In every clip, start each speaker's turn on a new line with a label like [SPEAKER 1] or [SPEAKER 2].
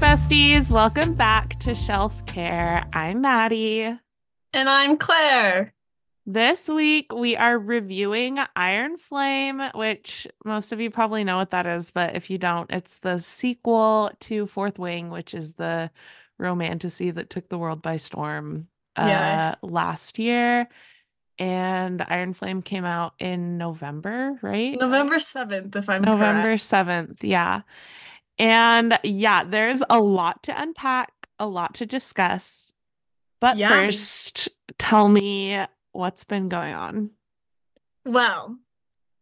[SPEAKER 1] Ladies, welcome back to Shelf Care. I'm Maddie.
[SPEAKER 2] And I'm Claire.
[SPEAKER 1] This week we are reviewing Iron Flame, which most of you probably know what that is, but if you don't, it's the sequel to Fourth Wing, which is the romanticy that took the world by storm uh,
[SPEAKER 2] Yes.
[SPEAKER 1] last year. And Iron Flame came out in November, right?
[SPEAKER 2] November 7th, if I'm
[SPEAKER 1] November
[SPEAKER 2] correct.
[SPEAKER 1] 7th. Yeah. And yeah, there's a lot to unpack, a lot to discuss. But
[SPEAKER 2] Yeah.
[SPEAKER 1] first, tell me what's been going on.
[SPEAKER 2] Well,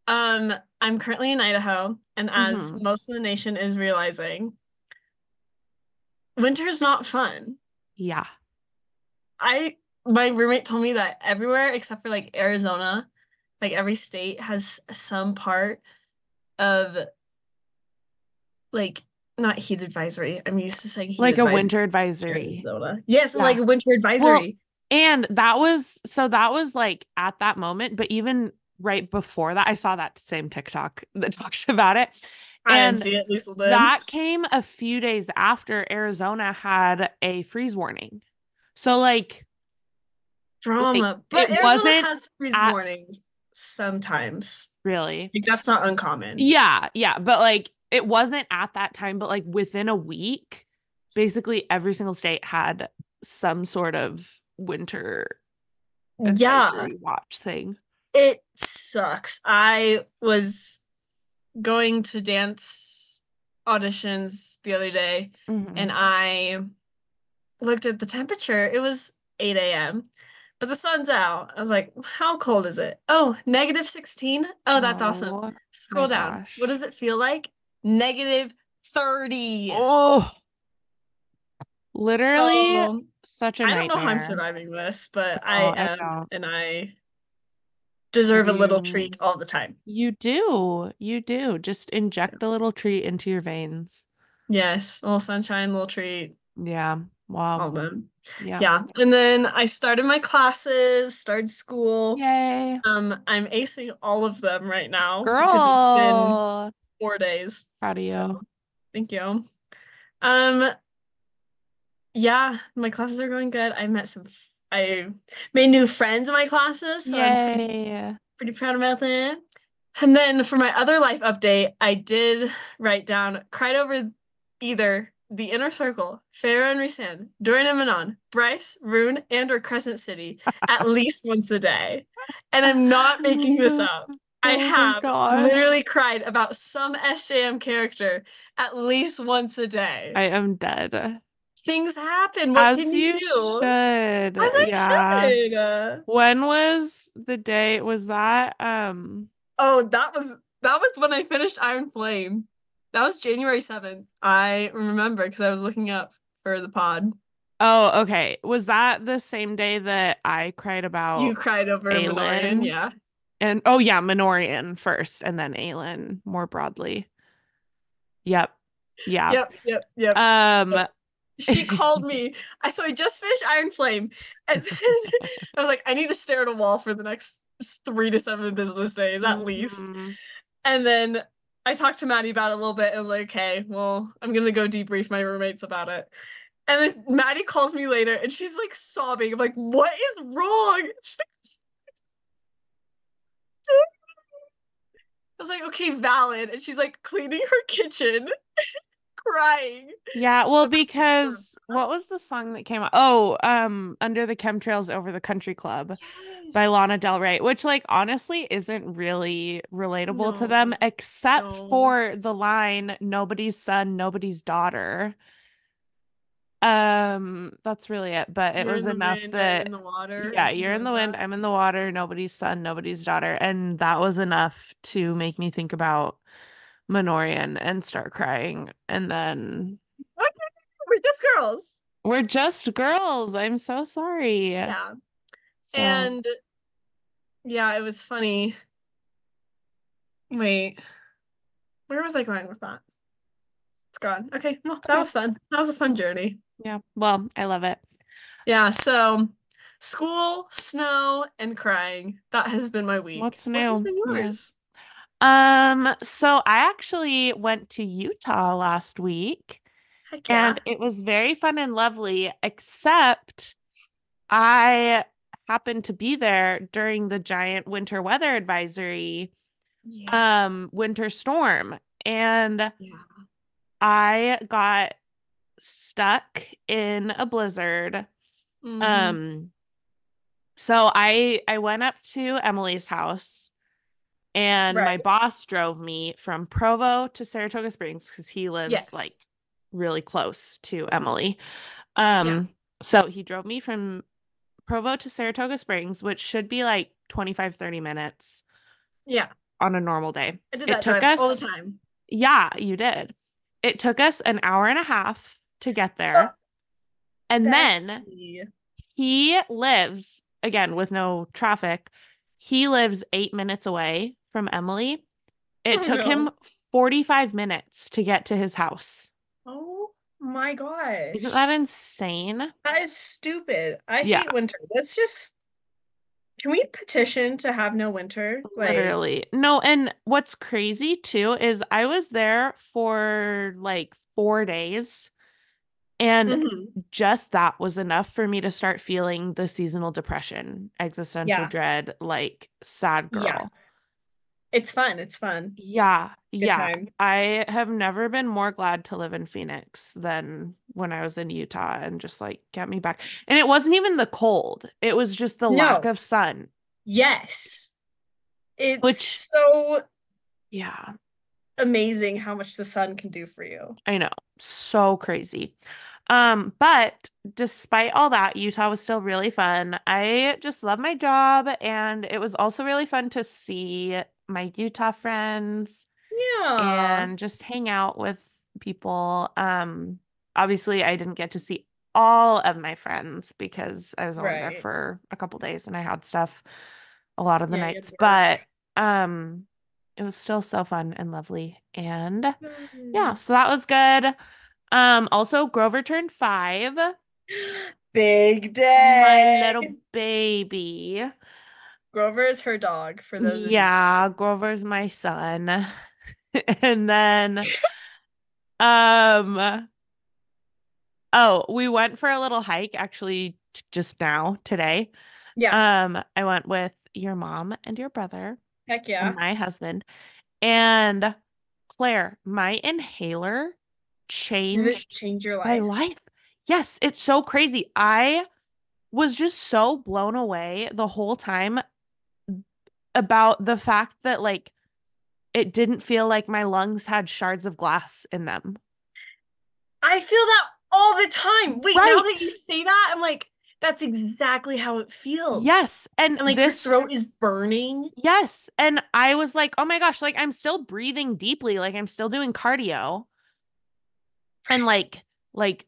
[SPEAKER 2] um, I'm currently in Idaho, and as
[SPEAKER 1] Mhm.
[SPEAKER 2] most of the nation is realizing, winter's not fun.
[SPEAKER 1] Yeah.
[SPEAKER 2] I my roommate told me that everywhere except for like Arizona, like every state has some part of like not heat advisory. I'm used to saying heat
[SPEAKER 1] Like a
[SPEAKER 2] advisory
[SPEAKER 1] winter
[SPEAKER 2] in
[SPEAKER 1] advisory.
[SPEAKER 2] Arizona. Yes,
[SPEAKER 1] Yeah.
[SPEAKER 2] like a winter advisory.
[SPEAKER 1] And that was so that was like at that moment, but even right before that, I saw that same TikTok that talks about it.
[SPEAKER 2] I didn't
[SPEAKER 1] and
[SPEAKER 2] see it, Lisa did.
[SPEAKER 1] That came a few days after Arizona had a freeze warning. So like
[SPEAKER 2] drama. But
[SPEAKER 1] it
[SPEAKER 2] Arizona
[SPEAKER 1] wasn't
[SPEAKER 2] has freeze
[SPEAKER 1] at-
[SPEAKER 2] warnings sometimes.
[SPEAKER 1] really
[SPEAKER 2] Like that's not uncommon.
[SPEAKER 1] Yeah, yeah, but like it wasn't at that time, but like within a week, basically every single state had some sort of winter
[SPEAKER 2] Yeah,
[SPEAKER 1] advisory watch thing.
[SPEAKER 2] it sucks. I was going to dance auditions the other day
[SPEAKER 1] Mm-hmm.
[SPEAKER 2] and I looked at the temperature. It was 8 a.m. But the sun's out. I was like, how cold is it? Oh, negative 16? Oh, that's awesome.
[SPEAKER 1] Oh,
[SPEAKER 2] Scroll down.
[SPEAKER 1] gosh.
[SPEAKER 2] What does it feel like? Negative 30.
[SPEAKER 1] Oh, literally
[SPEAKER 2] So-
[SPEAKER 1] such a
[SPEAKER 2] I don't know how I'm
[SPEAKER 1] nightmare.
[SPEAKER 2] surviving this, but
[SPEAKER 1] Oh,
[SPEAKER 2] I
[SPEAKER 1] I
[SPEAKER 2] am,
[SPEAKER 1] don't.
[SPEAKER 2] and I deserve a little
[SPEAKER 1] Mm.
[SPEAKER 2] treat all the time.
[SPEAKER 1] You do, you do. Just inject a little treat into your veins.
[SPEAKER 2] Yes, a little sunshine, little treat,
[SPEAKER 1] Yeah.
[SPEAKER 2] all
[SPEAKER 1] Wow.
[SPEAKER 2] them.
[SPEAKER 1] Oh, Yeah.
[SPEAKER 2] Yeah, and then I started my classes, started school.
[SPEAKER 1] Yay,
[SPEAKER 2] Um, I'm acing all of them right now because it's been
[SPEAKER 1] girl.
[SPEAKER 2] four days.
[SPEAKER 1] Proud of you.
[SPEAKER 2] So, thank you. Um, yeah, my classes are going good. I met some, f- I made new friends in my classes, so I'm pretty
[SPEAKER 1] Yay.
[SPEAKER 2] pretty proud about that. And then for my other life update, I did write down cried over either the inner circle, Pharaoh and Resan, Durin and Manon, Bryce, Rune, and or Crescent City at least once a day. And I'm not making this up. I
[SPEAKER 1] Oh my
[SPEAKER 2] have
[SPEAKER 1] gosh.
[SPEAKER 2] literally cried about some SJM character at least once a day.
[SPEAKER 1] I am dead.
[SPEAKER 2] Things happen. What
[SPEAKER 1] As
[SPEAKER 2] can
[SPEAKER 1] you
[SPEAKER 2] you do?
[SPEAKER 1] should.
[SPEAKER 2] As I
[SPEAKER 1] yeah.
[SPEAKER 2] should. Uh,
[SPEAKER 1] When was the day? Was that um
[SPEAKER 2] Oh, that was that was when I finished Iron Flame. That was January 7th. I remember because I was looking up for the pod.
[SPEAKER 1] oh okay. Was that the same day that I cried about
[SPEAKER 2] You cried over Minoran,
[SPEAKER 1] Aelin.
[SPEAKER 2] yeah.
[SPEAKER 1] and oh yeah, Minorian first and then Aelin more broadly. Yep. Yeah.
[SPEAKER 2] Yep, yep, yep.
[SPEAKER 1] Um
[SPEAKER 2] She called me. I so I just finished Iron Flame. And then I was like, I need to stare at a wall for the next s- three to seven business days at least.
[SPEAKER 1] mm,
[SPEAKER 2] And then I talked to Maddie about it a little bit. I was like, okay, well, I'm gonna go debrief my roommates about it. And then Maddie calls me later and she's like sobbing. I'm like, what is wrong? She's like, I was like, okay, valid. And she's like cleaning her kitchen, crying.
[SPEAKER 1] Yeah, well,
[SPEAKER 2] But that's
[SPEAKER 1] because what was
[SPEAKER 2] us.
[SPEAKER 1] the song that came out? Oh, um, Under the Chemtrails Over the Country Club. by Lana Del Rey, which like honestly isn't really relatable to them
[SPEAKER 2] No,
[SPEAKER 1] except
[SPEAKER 2] no.
[SPEAKER 1] for the line nobody's son, nobody's daughter. Um that's really it, but it
[SPEAKER 2] You're
[SPEAKER 1] was
[SPEAKER 2] in the
[SPEAKER 1] enough
[SPEAKER 2] wind, I'm
[SPEAKER 1] that
[SPEAKER 2] in the water. or
[SPEAKER 1] yeah,
[SPEAKER 2] something
[SPEAKER 1] you're in the
[SPEAKER 2] like
[SPEAKER 1] wind,
[SPEAKER 2] that.
[SPEAKER 1] I'm in the water, nobody's son, nobody's daughter and that was enough to make me think about Minorian and start crying and then
[SPEAKER 2] We're just girls.
[SPEAKER 1] we're just girls. I'm so sorry.
[SPEAKER 2] yeah.
[SPEAKER 1] So-
[SPEAKER 2] And yeah, it was funny. Wait, where was I going with that? It's gone. Okay, well, that
[SPEAKER 1] Okay.
[SPEAKER 2] was fun. That was a fun journey.
[SPEAKER 1] yeah, well, I love it.
[SPEAKER 2] Yeah, so school, snow, and crying. That has been my week.
[SPEAKER 1] What's
[SPEAKER 2] What has
[SPEAKER 1] new?
[SPEAKER 2] been
[SPEAKER 1] Yeah.
[SPEAKER 2] yours?
[SPEAKER 1] Um, so I actually went to Utah last week
[SPEAKER 2] Heck yeah.
[SPEAKER 1] And it was very fun and lovely, except I happened to be there during the giant winter weather advisory,
[SPEAKER 2] yeah.
[SPEAKER 1] um, winter storm. And
[SPEAKER 2] yeah.
[SPEAKER 1] I got stuck in a blizzard.
[SPEAKER 2] Mhm.
[SPEAKER 1] Um so I I went up to Emily's house and my
[SPEAKER 2] Right.
[SPEAKER 1] boss drove me from Provo to Saratoga Springs cuz he lives
[SPEAKER 2] Yes.
[SPEAKER 1] like really close to Emily. Um so he drove me from Provo to Saratoga Springs which should be like 25 30 minutes
[SPEAKER 2] yeah.
[SPEAKER 1] on a normal day.
[SPEAKER 2] I did
[SPEAKER 1] it
[SPEAKER 2] that
[SPEAKER 1] took
[SPEAKER 2] drive all the
[SPEAKER 1] us-
[SPEAKER 2] time.
[SPEAKER 1] Yeah, you did. It took us an hour and a half to get there. And
[SPEAKER 2] That's
[SPEAKER 1] then
[SPEAKER 2] me.
[SPEAKER 1] he lives again with no traffic he lives eight minutes away from emily it
[SPEAKER 2] Oh,
[SPEAKER 1] took
[SPEAKER 2] no.
[SPEAKER 1] him 45 minutes to get to his house
[SPEAKER 2] Oh my gosh.
[SPEAKER 1] isn't that insane
[SPEAKER 2] That is stupid. I
[SPEAKER 1] Yeah.
[SPEAKER 2] hate winter. Let's just can we petition to have no winter? Like
[SPEAKER 1] literally no and what's crazy too is i was there for like four days and
[SPEAKER 2] mhm.
[SPEAKER 1] just that was enough for me to start feeling the seasonal depression existential
[SPEAKER 2] Yeah.
[SPEAKER 1] dread like sad girl
[SPEAKER 2] Yeah. it's fun. It's fun.
[SPEAKER 1] yeah
[SPEAKER 2] Good
[SPEAKER 1] yeah
[SPEAKER 2] time.
[SPEAKER 1] I have never been more glad to live in Phoenix than when I was in Utah and just like get me back. And it wasn't even the cold, it was just the lack
[SPEAKER 2] No.
[SPEAKER 1] of sun.
[SPEAKER 2] Yes. It's
[SPEAKER 1] Which-
[SPEAKER 2] so
[SPEAKER 1] Yeah,
[SPEAKER 2] amazing how much the sun can do for you.
[SPEAKER 1] I know. So crazy. Um, but despite all that, Utah was still really fun. I just love my job and it was also really fun to see my Utah friends.
[SPEAKER 2] Yeah.
[SPEAKER 1] and just hang out with people. Um, obviously, I didn't get to see all of my friends because I was only there
[SPEAKER 2] Right.
[SPEAKER 1] for a couple days and I had stuff a lot of the
[SPEAKER 2] Yeah, you had
[SPEAKER 1] nights,
[SPEAKER 2] work.
[SPEAKER 1] but um, it was still so fun and lovely. And
[SPEAKER 2] Mm. Mm-hmm.
[SPEAKER 1] yeah, so that was good. Um, also, Grover turned five,
[SPEAKER 2] Big
[SPEAKER 1] my
[SPEAKER 2] day.
[SPEAKER 1] little baby.
[SPEAKER 2] Grover is her dog for those of you.
[SPEAKER 1] Yeah, Grover's my son. and then um oh, we went for a little hike actually t- just now today.
[SPEAKER 2] Yeah.
[SPEAKER 1] Um I went with your mom and your brother
[SPEAKER 2] Heck yeah.
[SPEAKER 1] and my husband and Claire, my inhaler
[SPEAKER 2] Did it
[SPEAKER 1] changed
[SPEAKER 2] change your
[SPEAKER 1] my
[SPEAKER 2] life?
[SPEAKER 1] life. Yes, it's so crazy. I was just so blown away the whole time about the fact that like it didn't feel like my lungs had shards of glass in them.
[SPEAKER 2] I feel that all the time. Wait, now
[SPEAKER 1] Right.
[SPEAKER 2] that you say that, I'm like, that's exactly how it feels.
[SPEAKER 1] Yes, and,
[SPEAKER 2] Oh. And like
[SPEAKER 1] this
[SPEAKER 2] your throat is burning.
[SPEAKER 1] yes, and I was like, "Oh my gosh, like I'm still breathing deeply, like I'm still doing cardio and like like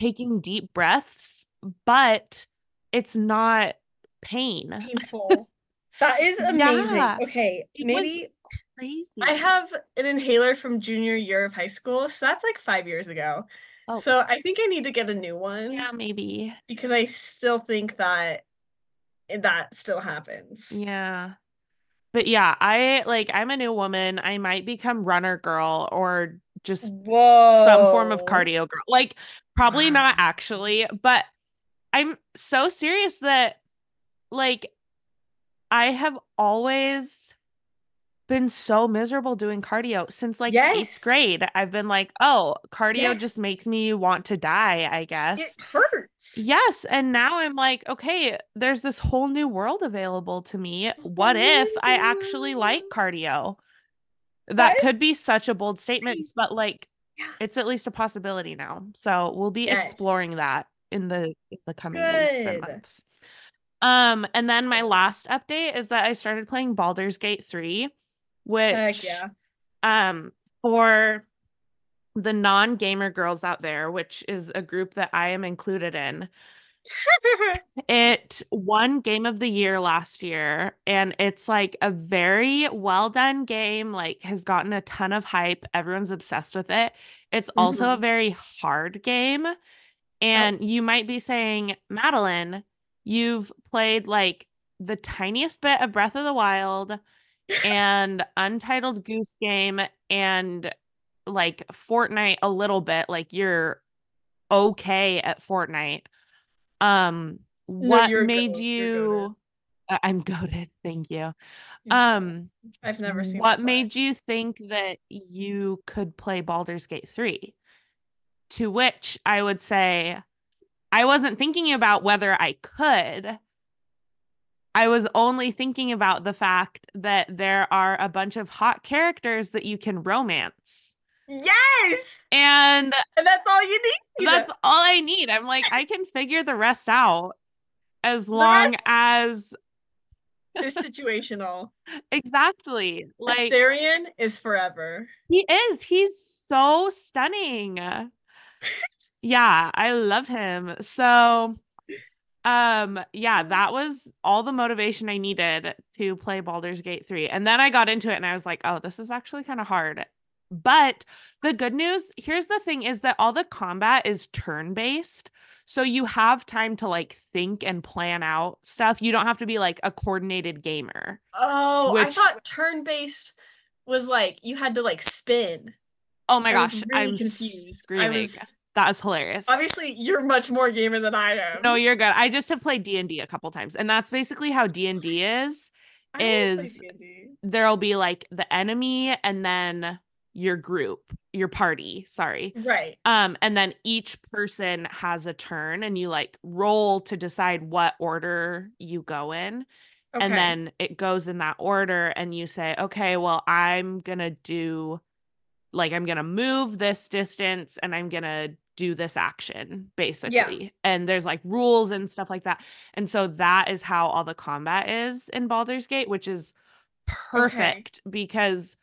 [SPEAKER 1] taking deep breaths, but it's not pain."
[SPEAKER 2] Painful. That is amazing.
[SPEAKER 1] Yeah.
[SPEAKER 2] Okay,
[SPEAKER 1] It was
[SPEAKER 2] maybe Mm.
[SPEAKER 1] Crazy.
[SPEAKER 2] I have an inhaler from junior year of high school, so that's like five years ago.
[SPEAKER 1] Oh.
[SPEAKER 2] So I think I need to get a new one
[SPEAKER 1] yeah, maybe.
[SPEAKER 2] because I still think that that still happens.
[SPEAKER 1] Yeah. But yeah, I like I'm a new woman. I might become runner girl or just some form of
[SPEAKER 2] Whoa.
[SPEAKER 1] cardio girl. Like probably not
[SPEAKER 2] Wow.
[SPEAKER 1] actually, but I'm so serious that like I have always been so miserable doing cardio since like
[SPEAKER 2] Yes.
[SPEAKER 1] eighth grade. I've been like, oh, cardio
[SPEAKER 2] Yes.
[SPEAKER 1] just makes me want to die, I guess.
[SPEAKER 2] It hurts.
[SPEAKER 1] Yes. And now I'm like, okay, there's this whole new world available to me. What if I actually like cardio? That,
[SPEAKER 2] Mm-hmm. That is
[SPEAKER 1] could be such a bold statement,
[SPEAKER 2] crazy.
[SPEAKER 1] but like
[SPEAKER 2] Yeah.
[SPEAKER 1] it's at least a possibility now. So we'll be
[SPEAKER 2] Yes.
[SPEAKER 1] exploring that in the in the coming weeks and
[SPEAKER 2] Good.
[SPEAKER 1] months. Um, and then my
[SPEAKER 2] Good.
[SPEAKER 1] last update is that I started playing Baldur's Gate 3, which
[SPEAKER 2] Heck yeah.
[SPEAKER 1] um for the non-gamer girls out there which is a group that i am included in it won game of the year last year and it's like a very well done game like has gotten a ton of hype everyone's obsessed with it it's also a very hard game and you might be saying madeline you've played like the tiniest bit of breath of the wild and Untitled Goose Game and like Fortnite a little bit. Like you're okay at Fortnite. Um,
[SPEAKER 2] No,
[SPEAKER 1] what
[SPEAKER 2] you're
[SPEAKER 1] made
[SPEAKER 2] goated, you're goated.
[SPEAKER 1] you? I- I'm goaded. Thank you.
[SPEAKER 2] Yes.
[SPEAKER 1] Um,
[SPEAKER 2] I've never seen
[SPEAKER 1] what
[SPEAKER 2] that
[SPEAKER 1] made you think that you could play Baldur's Gate 3? To which I would say I wasn't thinking about whether I could. I was only thinking about the fact that there are a bunch of hot characters that you can romance.
[SPEAKER 2] Yes,
[SPEAKER 1] And
[SPEAKER 2] and that's all you need.
[SPEAKER 1] that's all I need. I'm like, I can figure the rest out as long
[SPEAKER 2] rest-
[SPEAKER 1] as
[SPEAKER 2] is situational.
[SPEAKER 1] exactly like
[SPEAKER 2] Asterion is forever.
[SPEAKER 1] He is. He's so stunning. yeah, I love him. So um yeah, that was all the motivation I needed to play Baldur's Gate 3. And then I got into it and I was like, "Oh, this is actually kind of hard." But the good news, here's the thing is that all the combat is turn-based. So you have time to like think and plan out stuff. You don't have to be like a coordinated gamer.
[SPEAKER 2] Oh, I
[SPEAKER 1] Which-
[SPEAKER 2] thought turn based was like you had to like spin.
[SPEAKER 1] Oh my
[SPEAKER 2] I
[SPEAKER 1] gosh,
[SPEAKER 2] was really
[SPEAKER 1] I'm
[SPEAKER 2] confused.
[SPEAKER 1] screaming.
[SPEAKER 2] I was
[SPEAKER 1] That is hilarious.
[SPEAKER 2] obviously you're much more gamer than I am.
[SPEAKER 1] No, you're good. I just have played D and D a couple times, and that's basically how D and D is.
[SPEAKER 2] I don't play
[SPEAKER 1] is-
[SPEAKER 2] D&D.
[SPEAKER 1] There'll be like the enemy, and then your group, your party. Sorry.
[SPEAKER 2] right.
[SPEAKER 1] Um, and then each person has a turn, and you like roll to decide what order you go in
[SPEAKER 2] Okay.
[SPEAKER 1] and then it goes in that order and you say okay well i'm gonna do like i'm gonna move this distance and i'm gonna do this action basically and there's like rules and stuff like that and so that is how all the combat is in Baldur's Gate which is perfect because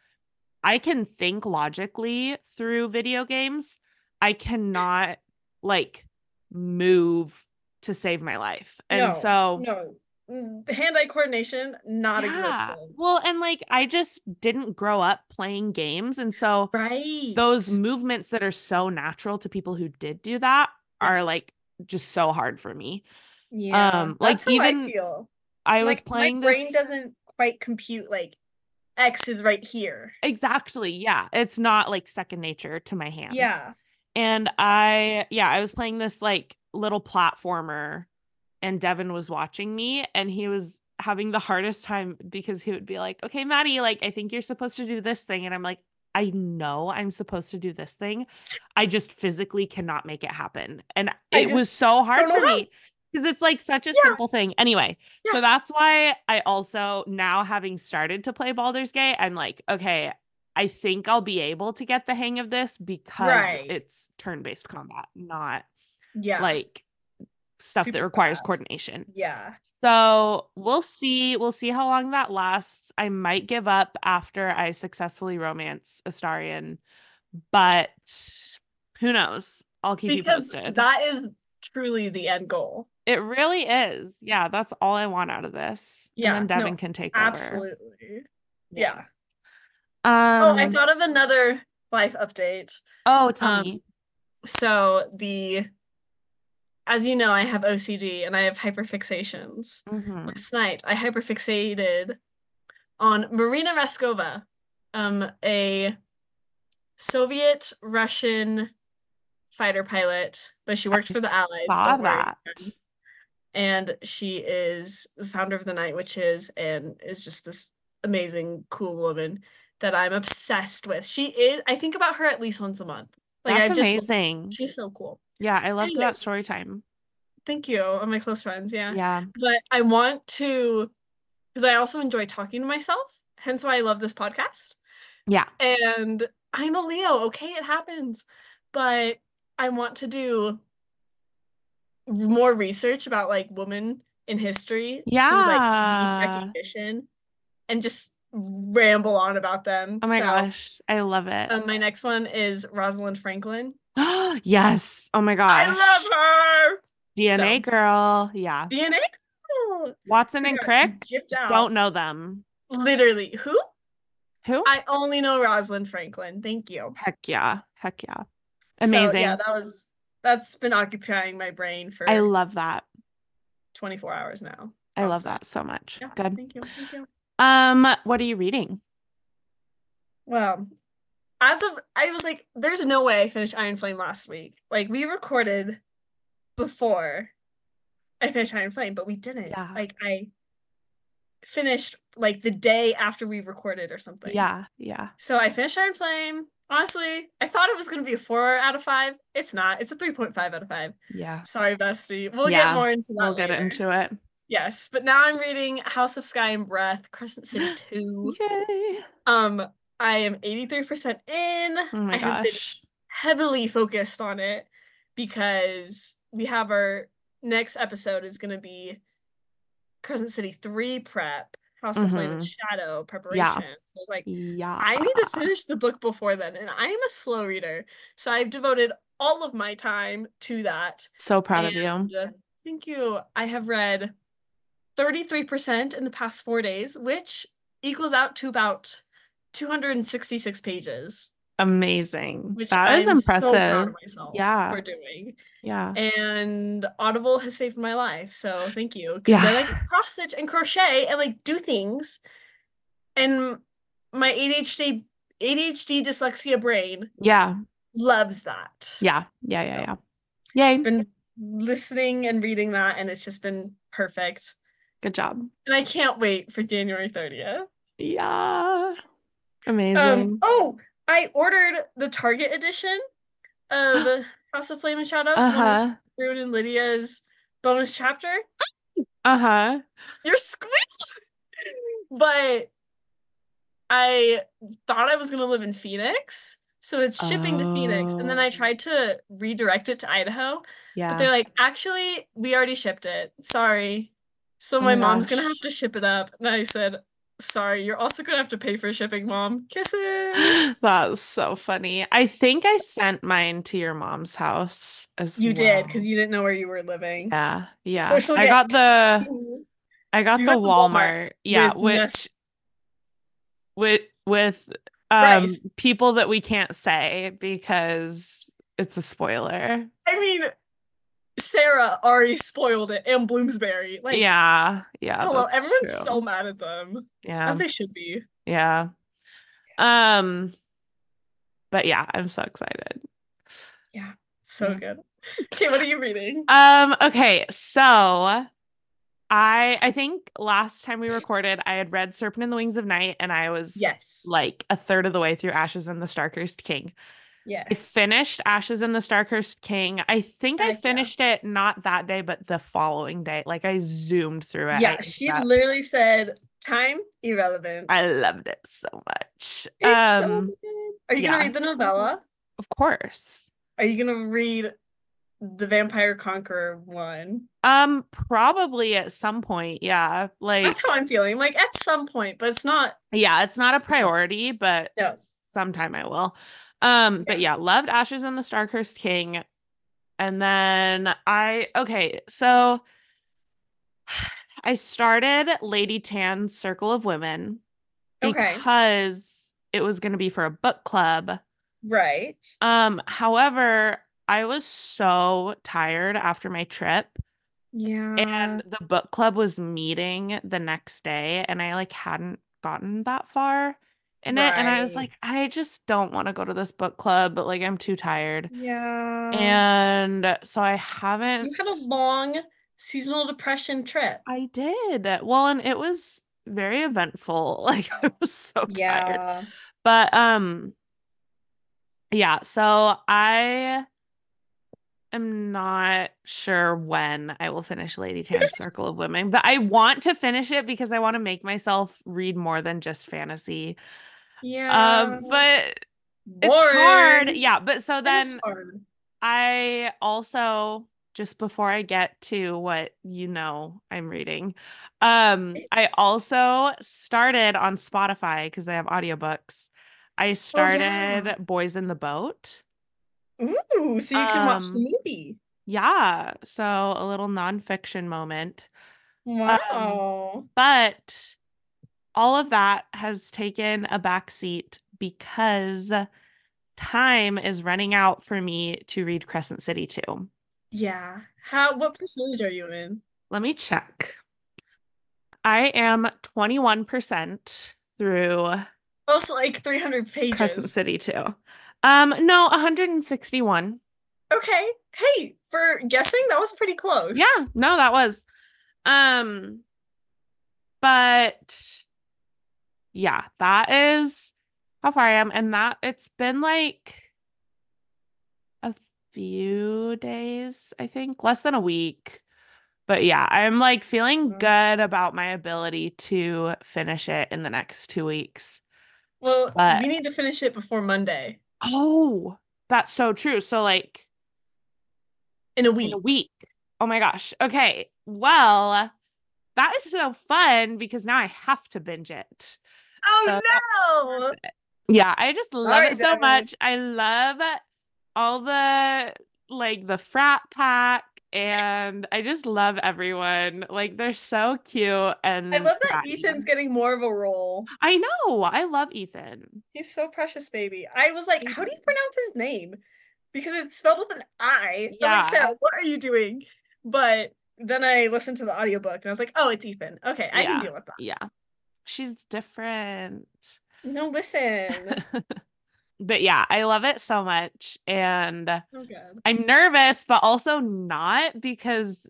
[SPEAKER 1] i can think logically through video games i cannot like move to save my life and
[SPEAKER 2] No,
[SPEAKER 1] so
[SPEAKER 2] no Mm, hand-eye coordination not existent.
[SPEAKER 1] well, and like I just didn't grow up playing games. And so
[SPEAKER 2] right.
[SPEAKER 1] those movements that are so natural to people who did do that
[SPEAKER 2] Yeah.
[SPEAKER 1] are like just so hard for me.
[SPEAKER 2] yeah,
[SPEAKER 1] um, like,
[SPEAKER 2] that's how I
[SPEAKER 1] even
[SPEAKER 2] feel.
[SPEAKER 1] I was
[SPEAKER 2] like
[SPEAKER 1] playing
[SPEAKER 2] my brain
[SPEAKER 1] this-
[SPEAKER 2] doesn't quite compute like X is right here.
[SPEAKER 1] exactly. Yeah. It's not like second nature to my hands.
[SPEAKER 2] Yeah.
[SPEAKER 1] And I, yeah, I was playing this like little platformer and Devin was watching me and he was having the hardest time because he would be like, okay, Maddie, like, I think you're supposed to do this thing. And I'm like, I know I'm supposed to do this thing. I just physically cannot make it happen. And
[SPEAKER 2] I
[SPEAKER 1] it was
[SPEAKER 2] just
[SPEAKER 1] so hard
[SPEAKER 2] don't know
[SPEAKER 1] for
[SPEAKER 2] how.
[SPEAKER 1] me because it's like such a
[SPEAKER 2] Yeah.
[SPEAKER 1] simple thing. Anyway, so
[SPEAKER 2] Yeah.
[SPEAKER 1] that's why I also now having started to play Baldur's Gate, I'm like, okay, I think I'll be able to get the hang of this because
[SPEAKER 2] Right.
[SPEAKER 1] it's turn-based combat, not
[SPEAKER 2] Yeah.
[SPEAKER 1] like stuff that
[SPEAKER 2] Super
[SPEAKER 1] requires
[SPEAKER 2] fast.
[SPEAKER 1] coordination.
[SPEAKER 2] yeah.
[SPEAKER 1] So we'll see. We'll see how long that lasts. I might give up after I successfully romance Astarian, but who knows? I'll keep
[SPEAKER 2] Because
[SPEAKER 1] you posted.
[SPEAKER 2] that is truly the end goal.
[SPEAKER 1] it really is. Yeah, that's all I want out of this.
[SPEAKER 2] Yeah,
[SPEAKER 1] And
[SPEAKER 2] no,
[SPEAKER 1] then Devin can take over.
[SPEAKER 2] Absolutely. Yeah.
[SPEAKER 1] Um,
[SPEAKER 2] oh, I thought of another life update.
[SPEAKER 1] oh, tell
[SPEAKER 2] um,
[SPEAKER 1] me.
[SPEAKER 2] So the as you know, I have OCD and I have hyperfixations.
[SPEAKER 1] Mhm.
[SPEAKER 2] Last night I hyperfixated on Marina Raskova, um, a Soviet Russian fighter pilot, but she worked
[SPEAKER 1] I
[SPEAKER 2] for the Allies.
[SPEAKER 1] saw
[SPEAKER 2] don't worry,
[SPEAKER 1] that.
[SPEAKER 2] friends. And she is the founder of the Night Witches and is just this amazing, cool woman that I'm obsessed with. She is, I think about her at least once a month. Like I
[SPEAKER 1] That's
[SPEAKER 2] just, love-
[SPEAKER 1] amazing.
[SPEAKER 2] she's so cool.
[SPEAKER 1] Yeah, I loved that
[SPEAKER 2] Anyways.
[SPEAKER 1] story time.
[SPEAKER 2] Thank you. All my close friends. Yeah.
[SPEAKER 1] Yeah.
[SPEAKER 2] But I want to, because I also enjoy talking to myself, hence why I love this podcast.
[SPEAKER 1] Yeah.
[SPEAKER 2] And I'm a Leo. Okay, it happens. But I want to do more research about like women in history who like need
[SPEAKER 1] Yeah.
[SPEAKER 2] recognition and just ramble on about them.
[SPEAKER 1] Oh my
[SPEAKER 2] So
[SPEAKER 1] gosh. I love it.
[SPEAKER 2] um, my next one is Rosalind Franklin.
[SPEAKER 1] yes. Oh my gosh.
[SPEAKER 2] um, I love her.
[SPEAKER 1] DNA girl. Yeah.
[SPEAKER 2] DNA girl.
[SPEAKER 1] Watson
[SPEAKER 2] We
[SPEAKER 1] and
[SPEAKER 2] got
[SPEAKER 1] Crick.
[SPEAKER 2] gypped out.
[SPEAKER 1] Don't know them.
[SPEAKER 2] Literally, who?
[SPEAKER 1] Who?
[SPEAKER 2] I only know Rosalind Franklin. Thank you.
[SPEAKER 1] Heck yeah. Heck yeah.
[SPEAKER 2] So,
[SPEAKER 1] Amazing.
[SPEAKER 2] yeah, that was that's been occupying my brain for
[SPEAKER 1] I love that.
[SPEAKER 2] 24 hours now.
[SPEAKER 1] I love
[SPEAKER 2] Constant.
[SPEAKER 1] that so much.
[SPEAKER 2] Yeah,
[SPEAKER 1] Good.
[SPEAKER 2] Thank you. Thank you.
[SPEAKER 1] Um, what are you reading?
[SPEAKER 2] Well, as of I was like, there's no way I finished Iron Flame last week. Like we recorded before I finished Iron Flame, but we didn't.
[SPEAKER 1] Yeah.
[SPEAKER 2] Like I finished like the day after we recorded or something.
[SPEAKER 1] Yeah, yeah.
[SPEAKER 2] So I finished Iron Flame. Honestly, I thought it was gonna be a four out of five. It's not. It's a three point five out of five.
[SPEAKER 1] Yeah.
[SPEAKER 2] Sorry, Bestie. We'll
[SPEAKER 1] Yeah,
[SPEAKER 2] get more into that.
[SPEAKER 1] We'll get
[SPEAKER 2] later.
[SPEAKER 1] into it.
[SPEAKER 2] Yes, but now I'm reading House of Sky and Breath, Crescent City Two.
[SPEAKER 1] Yay.
[SPEAKER 2] Um, I am eighty three percent in.
[SPEAKER 1] Oh my
[SPEAKER 2] I have been
[SPEAKER 1] gosh.
[SPEAKER 2] heavily focused on it because we have our next episode is going to be Crescent City 3 prep, House of Flame and Shadow preparation. So it's like,
[SPEAKER 1] Mm-hmm. Yeah.
[SPEAKER 2] I need to finish the book before then. And I am a slow reader. So I've devoted all of my time to that.
[SPEAKER 1] So proud of you.
[SPEAKER 2] And, uh, Thank you. I have read 33% in the past four days, which equals out to about 266 pages.
[SPEAKER 1] Amazing.
[SPEAKER 2] Which
[SPEAKER 1] that is
[SPEAKER 2] I'm so proud of
[SPEAKER 1] impressive.
[SPEAKER 2] myself
[SPEAKER 1] Yeah.
[SPEAKER 2] for doing.
[SPEAKER 1] Yeah.
[SPEAKER 2] And Audible has saved my life, so thank you.
[SPEAKER 1] Yeah.
[SPEAKER 2] Because I like to cross stitch and crochet and like do things, and my ADHD ADHD dyslexia brain
[SPEAKER 1] Yeah.
[SPEAKER 2] loves that.
[SPEAKER 1] Yeah. Yeah. Yeah.
[SPEAKER 2] So-
[SPEAKER 1] Yeah. Yay.
[SPEAKER 2] I've been listening and reading that, and it's just been perfect.
[SPEAKER 1] Good job.
[SPEAKER 2] And I can't wait for January thirtieth.
[SPEAKER 1] Yeah. Amazing.
[SPEAKER 2] Um. Oh, I ordered the Target edition of House of Flame and Shadow, the
[SPEAKER 1] uh
[SPEAKER 2] one
[SPEAKER 1] huh.
[SPEAKER 2] with Rune and Lydia's bonus chapter.
[SPEAKER 1] Uh huh.
[SPEAKER 2] You're squished. but I thought I was gonna live in Phoenix. So it's shipping to Phoenix. And then I
[SPEAKER 1] Oh.
[SPEAKER 2] tried to redirect it to Idaho, but
[SPEAKER 1] Yeah.
[SPEAKER 2] they're like, actually, we already shipped it. Sorry. So my
[SPEAKER 1] Oh my
[SPEAKER 2] mom's gonna have
[SPEAKER 1] gosh.
[SPEAKER 2] to ship it up. And I said, sorry, you're also gonna have to pay for shipping, mom. Kisses.
[SPEAKER 1] That's so funny. I think I sent mine to your mom's house as
[SPEAKER 2] You did, because
[SPEAKER 1] well.
[SPEAKER 2] you didn't know where you were living.
[SPEAKER 1] Yeah, yeah.
[SPEAKER 2] she'll
[SPEAKER 1] I
[SPEAKER 2] get
[SPEAKER 1] got the I got
[SPEAKER 2] You
[SPEAKER 1] the
[SPEAKER 2] got the Walmart
[SPEAKER 1] Walmart. Yeah,
[SPEAKER 2] with
[SPEAKER 1] which
[SPEAKER 2] Nest-
[SPEAKER 1] with with um
[SPEAKER 2] Rice.
[SPEAKER 1] people that we can't say because it's a spoiler.
[SPEAKER 2] I mean, Sarah already spoiled it and Bloomsbury. Like,
[SPEAKER 1] yeah, yeah.
[SPEAKER 2] hello,
[SPEAKER 1] that's
[SPEAKER 2] everyone's
[SPEAKER 1] true.
[SPEAKER 2] so mad at them,
[SPEAKER 1] yeah,
[SPEAKER 2] as they should be.
[SPEAKER 1] yeah. Um, but yeah, I'm so excited.
[SPEAKER 2] So
[SPEAKER 1] Yeah.
[SPEAKER 2] good. Okay, what are you reading?
[SPEAKER 1] Um, okay, so I I think last time we recorded, I had read Serpent in the Wings of Night, and I was
[SPEAKER 2] yes,
[SPEAKER 1] like a third of the way through Ashes and the Starcursed King.
[SPEAKER 2] yes,
[SPEAKER 1] I finished Ashes and the Starcursed King. I think I
[SPEAKER 2] Heck yeah.
[SPEAKER 1] finished it not that day, but the following day. Like I zoomed through it. I
[SPEAKER 2] Yeah,
[SPEAKER 1] ate
[SPEAKER 2] she
[SPEAKER 1] up.
[SPEAKER 2] literally said time irrelevant.
[SPEAKER 1] I loved it so much.
[SPEAKER 2] It's so
[SPEAKER 1] um,
[SPEAKER 2] good. Are you gonna
[SPEAKER 1] yeah.
[SPEAKER 2] read the novella?
[SPEAKER 1] of course.
[SPEAKER 2] Are you gonna read the Vampire Conqueror one?
[SPEAKER 1] Um, probably at some point. Yeah, like
[SPEAKER 2] That's how I'm feeling. Like at some point, but it's not.
[SPEAKER 1] yeah, it's not a priority, but
[SPEAKER 2] No.
[SPEAKER 1] sometime I will. Um, but yeah, loved Ashes and the Starcursed King. And then I okay, so I started Lady Tan's Circle of Women
[SPEAKER 2] Okay.
[SPEAKER 1] because it was gonna be for a book club.
[SPEAKER 2] Right.
[SPEAKER 1] Um, however, I was so tired after my trip
[SPEAKER 2] Yeah.
[SPEAKER 1] and the book club was meeting the next day and i like hadn't gotten that far in it and i was
[SPEAKER 2] Right.
[SPEAKER 1] like i just don't want to go to this book club but like i'm too tired
[SPEAKER 2] yeah.
[SPEAKER 1] and so i
[SPEAKER 2] Uh-huh. you
[SPEAKER 1] haven't
[SPEAKER 2] had a long seasonal depression trip.
[SPEAKER 1] i did well and it was very eventful like i was so tired
[SPEAKER 2] Yeah.
[SPEAKER 1] but um yeah so i am not sure when i will finish lady tan's circle of women but i want to finish it because i want to make myself read more than just fantasy
[SPEAKER 2] Yeah.
[SPEAKER 1] um but it's
[SPEAKER 2] Boring.
[SPEAKER 1] hard yeah but so
[SPEAKER 2] It is
[SPEAKER 1] then
[SPEAKER 2] hard.
[SPEAKER 1] i also just before i get to what you know i'm reading um i also started on spotify because they have audiobooks i
[SPEAKER 2] yeah.
[SPEAKER 1] started boys in the boat
[SPEAKER 2] Ooh, so you can watch the
[SPEAKER 1] Um,
[SPEAKER 2] movie.
[SPEAKER 1] yeah so a little nonfiction moment um,
[SPEAKER 2] Wow.
[SPEAKER 1] but all of that has taken a backseat because time is running out for me to read crescent city 2
[SPEAKER 2] yeah. How what percentage are you in?
[SPEAKER 1] Let me check. I am 21% through
[SPEAKER 2] Also, like 300 pages.
[SPEAKER 1] Crescent City too. Um, no, 161.
[SPEAKER 2] Okay. Hey, for guessing, that was pretty close.
[SPEAKER 1] Yeah, no, that was. Um, but yeah, that is how far I am, and that it's been like a few days, I think, less than a week. But yeah, I'm like feeling good about my ability to finish it in the next two weeks.
[SPEAKER 2] Well,
[SPEAKER 1] But-
[SPEAKER 2] we need to finish it before Monday
[SPEAKER 1] Oh, that's so true. So like
[SPEAKER 2] in a week.
[SPEAKER 1] in a week. Oh my gosh. Okay. Well, that is so fun because now I have to binge it.
[SPEAKER 2] Oh
[SPEAKER 1] So
[SPEAKER 2] no!
[SPEAKER 1] worth Yeah, I just love
[SPEAKER 2] Sorry,
[SPEAKER 1] it so
[SPEAKER 2] Devin.
[SPEAKER 1] much. I love all the like the frat pack and I just love everyone. Like they're so cute and
[SPEAKER 2] I love that
[SPEAKER 1] fratty.
[SPEAKER 2] Ethan's getting more of a role.
[SPEAKER 1] I know. I love Ethan.
[SPEAKER 2] He's so precious, baby. I was like, how do you
[SPEAKER 1] Ethan.
[SPEAKER 2] pronounce his name? Because it's spelled with an I. I was like,
[SPEAKER 1] Yeah.
[SPEAKER 2] Sarah, what are you doing? But then I listened to the audiobook and I was like, oh, it's Ethan. Okay, I
[SPEAKER 1] Yeah.
[SPEAKER 2] can deal with that.
[SPEAKER 1] Yeah. She's different.
[SPEAKER 2] No, listen.
[SPEAKER 1] But yeah, I love it so much and
[SPEAKER 2] Oh god.
[SPEAKER 1] I'm nervous, but also not because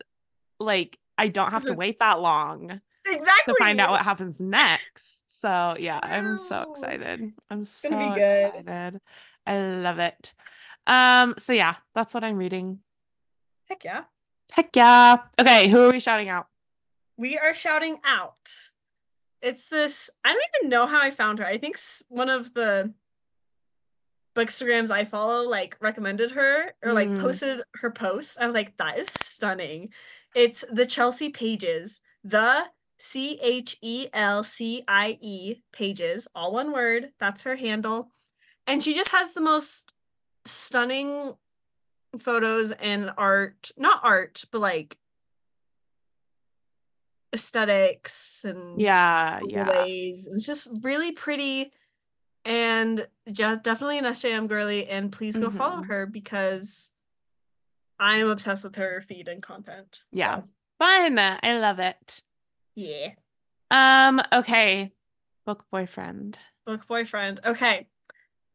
[SPEAKER 1] like I don't have to
[SPEAKER 2] Isn't-
[SPEAKER 1] wait that long
[SPEAKER 2] Exactly.
[SPEAKER 1] to find out what happens next. So yeah, I'm so
[SPEAKER 2] Wow.
[SPEAKER 1] excited. I'm so
[SPEAKER 2] gonna be good.
[SPEAKER 1] excited. I love it. Um, so yeah, that's what I'm reading.
[SPEAKER 2] Heck yeah.
[SPEAKER 1] Heck yeah. Okay, who are we shouting out?
[SPEAKER 2] We are shouting out. It's this, I don't even know how I found her. I think s- one of the bookstagrams I follow like recommended her or like
[SPEAKER 1] Mm.
[SPEAKER 2] posted her post. I was like, that is stunning. It's the Chelsea Pages, the C H E L C I E Pages, all one word. That's her handle. And she just has the most stunning photos and art, not art, but like aesthetics and
[SPEAKER 1] Yeah, yeah.
[SPEAKER 2] overlays. It's just really pretty and just definitely an SJM girly. And please go follow
[SPEAKER 1] Mhm.
[SPEAKER 2] her because I'm obsessed with her feed and content.
[SPEAKER 1] Yeah.
[SPEAKER 2] So,
[SPEAKER 1] Fun. I love it.
[SPEAKER 2] yeah.
[SPEAKER 1] Um, okay. Book boyfriend.
[SPEAKER 2] Book boyfriend. Okay.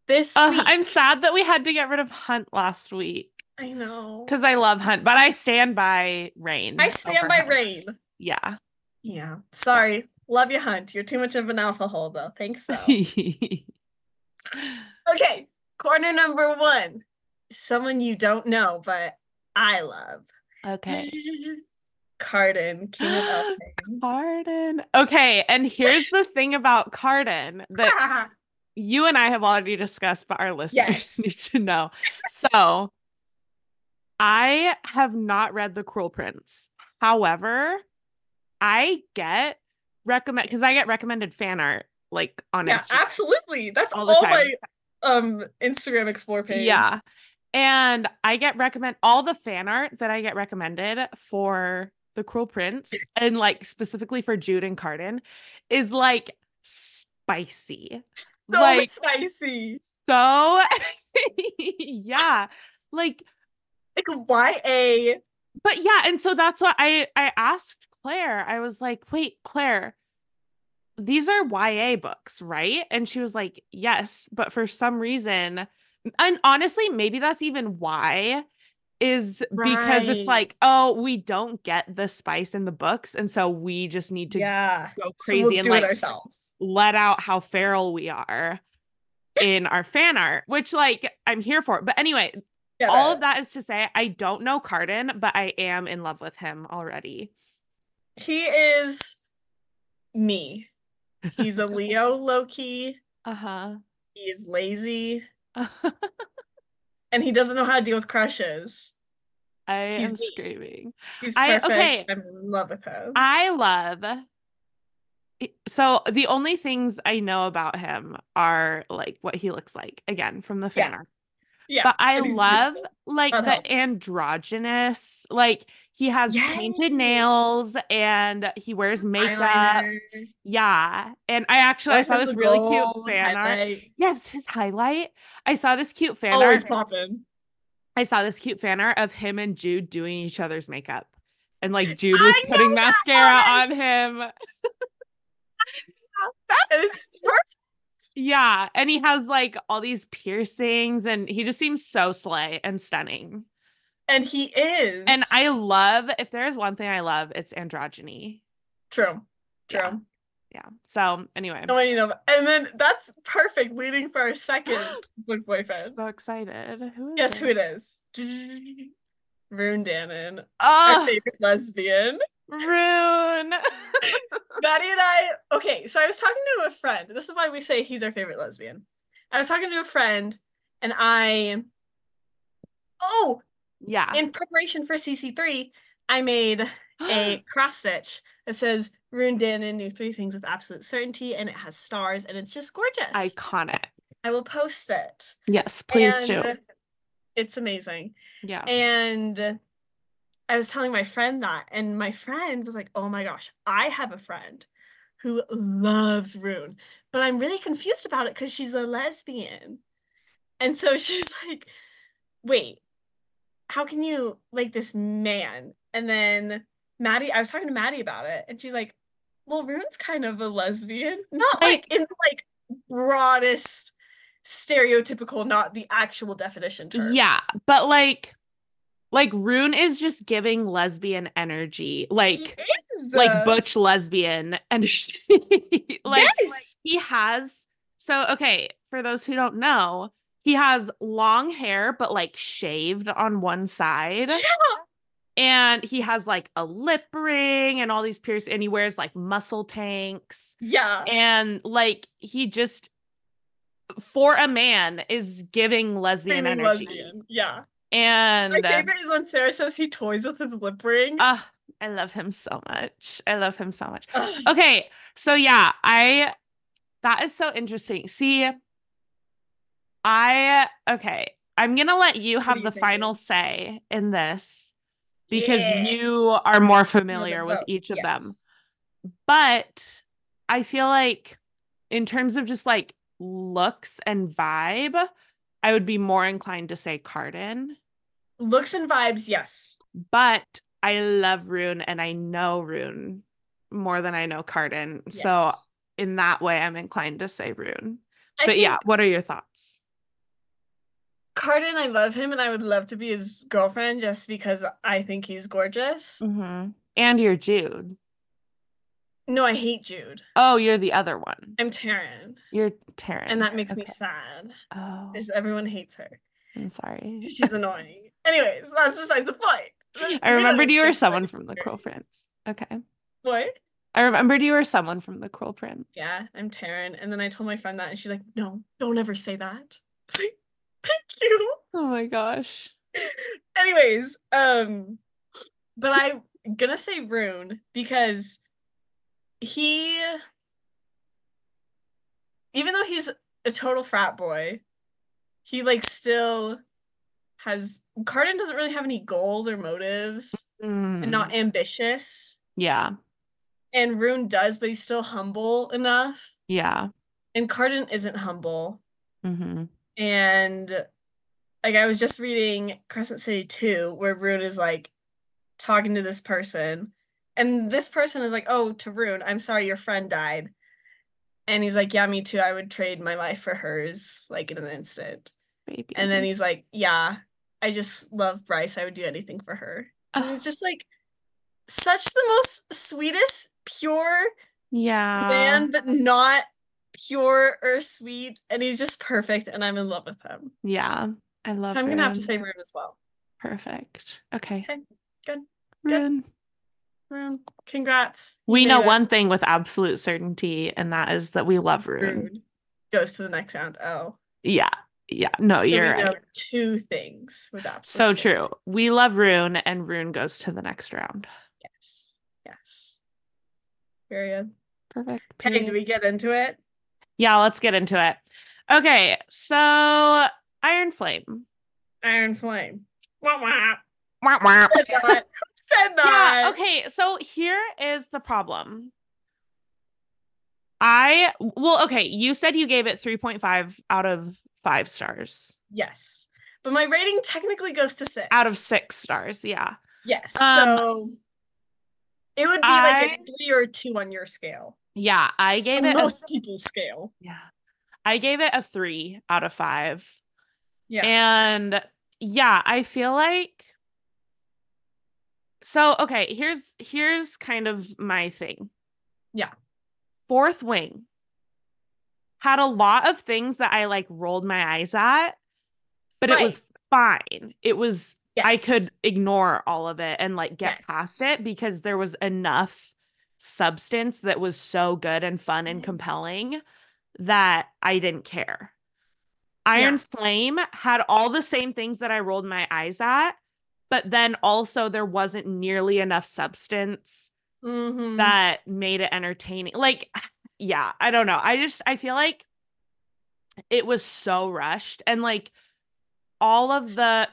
[SPEAKER 2] This
[SPEAKER 1] Ugh,
[SPEAKER 2] week,
[SPEAKER 1] I'm sad that we had to get rid of Hunt last week
[SPEAKER 2] I know.
[SPEAKER 1] because I love Hunt, but I stand by Rain.
[SPEAKER 2] I stand
[SPEAKER 1] over
[SPEAKER 2] by
[SPEAKER 1] Hunt.
[SPEAKER 2] Rain.
[SPEAKER 1] Yeah.
[SPEAKER 2] Yeah. Sorry. Love you, Hunt. You're too much of an alpha hole though. Thanks though. okay. Corner number one. Someone you don't know, but I love.
[SPEAKER 1] okay.
[SPEAKER 2] Carden, King of Elfing.
[SPEAKER 1] Carden. Okay, and here's the thing about Carden that you and I have already discussed, but our listeners
[SPEAKER 2] Yes.
[SPEAKER 1] need to know. So, I have not read The Cruel Prince. However, I get recommend because I get recommended fan art like on
[SPEAKER 2] yeah,
[SPEAKER 1] Instagram.
[SPEAKER 2] absolutely. That's
[SPEAKER 1] All
[SPEAKER 2] all,
[SPEAKER 1] the time.
[SPEAKER 2] my um Instagram explore page.
[SPEAKER 1] Yeah. And I get recommend all the fan art that I get recommended for The Cruel Prince and like specifically for Jude and Cardin is like spicy.
[SPEAKER 2] So
[SPEAKER 1] Like-
[SPEAKER 2] spicy.
[SPEAKER 1] So yeah. Like
[SPEAKER 2] Like YA.
[SPEAKER 1] but yeah, and so that's what I I asked Claire. I was like, "Wait, Claire, these are YA books, right?" And she was like, "Yes, but for some reason, and honestly, maybe that's even why is because
[SPEAKER 2] Right.
[SPEAKER 1] it's like, oh, we don't get the spice in the books, and so we just need to
[SPEAKER 2] yeah.
[SPEAKER 1] go
[SPEAKER 2] So
[SPEAKER 1] crazy
[SPEAKER 2] we'll
[SPEAKER 1] and
[SPEAKER 2] do
[SPEAKER 1] like
[SPEAKER 2] it ourselves.
[SPEAKER 1] let out how feral we are in our fan art, which like I'm here for. But anyway,
[SPEAKER 2] Get
[SPEAKER 1] all
[SPEAKER 2] it.
[SPEAKER 1] of that is to say I don't know Cardin, but I am in love with him already.
[SPEAKER 2] He is me. He's a Leo Loki.
[SPEAKER 1] Uh-huh.
[SPEAKER 2] He's lazy and he doesn't know how to deal with crushes.
[SPEAKER 1] I
[SPEAKER 2] He's
[SPEAKER 1] am
[SPEAKER 2] me.
[SPEAKER 1] screaming.
[SPEAKER 2] He's
[SPEAKER 1] I-
[SPEAKER 2] perfect.
[SPEAKER 1] okay.
[SPEAKER 2] I'm in love with him.
[SPEAKER 1] I love so the only things I know about him are like what he looks like again from the fan
[SPEAKER 2] Yeah.
[SPEAKER 1] art.
[SPEAKER 2] yeah.
[SPEAKER 1] but I
[SPEAKER 2] and he's
[SPEAKER 1] love
[SPEAKER 2] beautiful.
[SPEAKER 1] like
[SPEAKER 2] That
[SPEAKER 1] the
[SPEAKER 2] helps.
[SPEAKER 1] androgynous, like he has painted
[SPEAKER 2] Yes.
[SPEAKER 1] nails and he wears makeup.
[SPEAKER 2] Eyeliner.
[SPEAKER 1] Yeah. And I actually I
[SPEAKER 2] Always
[SPEAKER 1] saw
[SPEAKER 2] has
[SPEAKER 1] this
[SPEAKER 2] the
[SPEAKER 1] really cute
[SPEAKER 2] gold
[SPEAKER 1] fan art.
[SPEAKER 2] highlight.
[SPEAKER 1] Yes, his highlight. I saw this cute fan
[SPEAKER 2] Always
[SPEAKER 1] art.
[SPEAKER 2] popping.
[SPEAKER 1] I saw this cute fan art of him and Jude doing each other's makeup. And like Jude was
[SPEAKER 2] I know
[SPEAKER 1] putting
[SPEAKER 2] that
[SPEAKER 1] mascara on
[SPEAKER 2] one!
[SPEAKER 1] him.
[SPEAKER 2] And it's perfect.
[SPEAKER 1] Yeah, and he has like all these piercings, and he just seems so slay and stunning.
[SPEAKER 2] And he is.
[SPEAKER 1] And I love if there is one thing I love, it's androgyny.
[SPEAKER 2] True. True.
[SPEAKER 1] Yeah. Yeah. So anyway,
[SPEAKER 2] No one you know. And then that's perfect leading for our second book
[SPEAKER 1] I'm
[SPEAKER 2] boyfriend.
[SPEAKER 1] so excited. Who is
[SPEAKER 2] Guess
[SPEAKER 1] it?
[SPEAKER 2] who it is? Rune Dannon, our
[SPEAKER 1] Oh,
[SPEAKER 2] favorite lesbian.
[SPEAKER 1] Rune.
[SPEAKER 2] Maddie and I, okay, so I was talking to a friend. This is why we say he's our favorite lesbian. I was talking to a friend and I, oh,
[SPEAKER 1] yeah.
[SPEAKER 2] in preparation for CC3, I made a cross stitch that says Rune Dannon knew three things with absolute certainty and it has stars and it's just gorgeous. I,
[SPEAKER 1] iconic.
[SPEAKER 2] will post it.
[SPEAKER 1] Yes, please do.
[SPEAKER 2] And It's amazing.
[SPEAKER 1] Yeah.
[SPEAKER 2] And I was telling my friend that, and my friend was like, Oh my gosh, I have a friend who loves Rune, but I'm really confused about it because she's a lesbian. And so she's like, Wait, how can you like this man? And then Maddie, I was talking to Maddie about it, and she's like, Well, Rune's kind of a lesbian, not like in the like broadest stereotypical, not the actual definition terms.
[SPEAKER 1] Yeah, but like like Rune is just giving lesbian energy. Like like butch lesbian and she- like, like,
[SPEAKER 2] Yes.
[SPEAKER 1] he has so okay for those who don't know he has long hair but like shaved on one side and he has like a lip ring and all these piercings and he wears like muscle tanks
[SPEAKER 2] Yeah.
[SPEAKER 1] and like he just for a man is giving lesbian
[SPEAKER 2] Screaming
[SPEAKER 1] energy
[SPEAKER 2] lesbian. Yeah.
[SPEAKER 1] and
[SPEAKER 2] My
[SPEAKER 1] uh,
[SPEAKER 2] favorite is when Sarah says he toys with his lip ring.
[SPEAKER 1] Ah, I love him so much. I love him so much.
[SPEAKER 2] Ugh.
[SPEAKER 1] Okay, so yeah, I that is so interesting. See, I okay, I'm gonna let you
[SPEAKER 2] are
[SPEAKER 1] have
[SPEAKER 2] you
[SPEAKER 1] the
[SPEAKER 2] thinking?
[SPEAKER 1] final say in this because
[SPEAKER 2] Yeah.
[SPEAKER 1] you are more
[SPEAKER 2] You know
[SPEAKER 1] familiar
[SPEAKER 2] them
[SPEAKER 1] with
[SPEAKER 2] both.
[SPEAKER 1] each of them.
[SPEAKER 2] Yes.
[SPEAKER 1] But I feel like in terms of just like looks and vibe, I would be more inclined to say Cardin
[SPEAKER 2] Looks and vibes, yes.
[SPEAKER 1] but I love Rune and I know Rune more than I know Cardin. So uh,
[SPEAKER 2] Yes.
[SPEAKER 1] in that way, I'm inclined to say Rune.
[SPEAKER 2] I
[SPEAKER 1] but yeah,
[SPEAKER 2] think
[SPEAKER 1] what are your thoughts?
[SPEAKER 2] Cardin, I love him and I would love to be his girlfriend just because I think he's gorgeous.
[SPEAKER 1] Mm. And you're Jude.
[SPEAKER 2] No, I hate Jude.
[SPEAKER 1] Oh, you're the other one.
[SPEAKER 2] I'm Taryn.
[SPEAKER 1] You're Taryn.
[SPEAKER 2] And that makes me
[SPEAKER 1] Okay.
[SPEAKER 2] sad.
[SPEAKER 1] Oh,
[SPEAKER 2] Because everyone hates her.
[SPEAKER 1] I'm sorry.
[SPEAKER 2] She's annoying. Anyways, that's besides the point.
[SPEAKER 1] I remembered you were someone
[SPEAKER 2] Like,
[SPEAKER 1] from the Cruel
[SPEAKER 2] fairies.
[SPEAKER 1] Prince. Okay.
[SPEAKER 2] What?
[SPEAKER 1] I remembered you were someone from the Cruel Prince.
[SPEAKER 2] yeah, I'm Taryn. And then I told my friend that, and she's like, no, don't ever say that. I was like, Thank you.
[SPEAKER 1] Oh my gosh.
[SPEAKER 2] Anyways, um, but I'm gonna say Rune because he, even though he's a total frat boy, he like still has. Cardin doesn't really have any goals or motives, and not ambitious.
[SPEAKER 1] Mm. yeah.
[SPEAKER 2] And Rune does, but he's still humble enough.
[SPEAKER 1] Yeah.
[SPEAKER 2] And Cardin isn't humble.
[SPEAKER 1] hmm
[SPEAKER 2] And like I was just reading Crescent City 2 where Rune is like talking to this person and this person is like, "Oh, to Rune, I'm sorry your friend died." And he's like, "Yeah, me too. I would trade my life for hers like in an instant."
[SPEAKER 1] Baby.
[SPEAKER 2] And then he's like, "Yeah, I just love Bryce. I would do anything for her." And
[SPEAKER 1] Ugh,
[SPEAKER 2] it's just like such the most sweetest, pure
[SPEAKER 1] yeah.
[SPEAKER 2] man, but not pure or sweet, and he's just perfect and I'm in love with him.
[SPEAKER 1] Yeah, I love.
[SPEAKER 2] So I'm gonna have to
[SPEAKER 1] Rune.
[SPEAKER 2] say Rune as well.
[SPEAKER 1] perfect. Okay,
[SPEAKER 2] Okay, good. good.
[SPEAKER 1] Rune.
[SPEAKER 2] Rune, congrats. you
[SPEAKER 1] We
[SPEAKER 2] made
[SPEAKER 1] know
[SPEAKER 2] it.
[SPEAKER 1] one thing with absolute certainty, and that is that we love Rune.
[SPEAKER 2] Rune goes to the next round. Oh,
[SPEAKER 1] Yeah, yeah. No,
[SPEAKER 2] so we
[SPEAKER 1] you're
[SPEAKER 2] know
[SPEAKER 1] right.
[SPEAKER 2] two things with
[SPEAKER 1] So
[SPEAKER 2] absolute
[SPEAKER 1] true. We love Rune, and Rune goes to the next round.
[SPEAKER 2] certainty. Yes, yes. Period.
[SPEAKER 1] Perfect.
[SPEAKER 2] Hey, do
[SPEAKER 1] period.
[SPEAKER 2] we get into it?
[SPEAKER 1] Yeah, let's get into it. Okay, so Iron Flame.
[SPEAKER 2] Iron Flame. Wah, wah.
[SPEAKER 1] Wah, wah.
[SPEAKER 2] Who said that? Who said
[SPEAKER 1] Yeah,
[SPEAKER 2] that?
[SPEAKER 1] okay. So here is the problem. I well, okay, you said you gave it 3.5 out of 5 stars.
[SPEAKER 2] Yes, but my rating technically goes to six
[SPEAKER 1] Out of 6 stars, yeah.
[SPEAKER 2] Yes,
[SPEAKER 1] Um,
[SPEAKER 2] so it would be like a
[SPEAKER 1] I-
[SPEAKER 2] three or a two on your scale,
[SPEAKER 1] Yeah, I gave
[SPEAKER 2] on
[SPEAKER 1] it a-
[SPEAKER 2] most people's scale.
[SPEAKER 1] yeah. I gave it a three out of five.
[SPEAKER 2] Yeah.
[SPEAKER 1] And yeah, I feel like so okay, here's here's kind of my thing.
[SPEAKER 2] Yeah.
[SPEAKER 1] Fourth Wing had a lot of things that I like rolled my eyes at, but it
[SPEAKER 2] Right.
[SPEAKER 1] was fine. It was I could
[SPEAKER 2] Yes.
[SPEAKER 1] ignore all of it and like get
[SPEAKER 2] Yes.
[SPEAKER 1] past it because there was enough substance that was so good and fun and
[SPEAKER 2] Mhm.
[SPEAKER 1] compelling that I didn't care. Iron
[SPEAKER 2] Yeah.
[SPEAKER 1] Flame had all the same things that I rolled my eyes at, but then also there wasn't nearly enough substance
[SPEAKER 2] Mhm.
[SPEAKER 1] that made it entertaining. Like, yeah, I don't know. I just I feel like it was so rushed and like all of the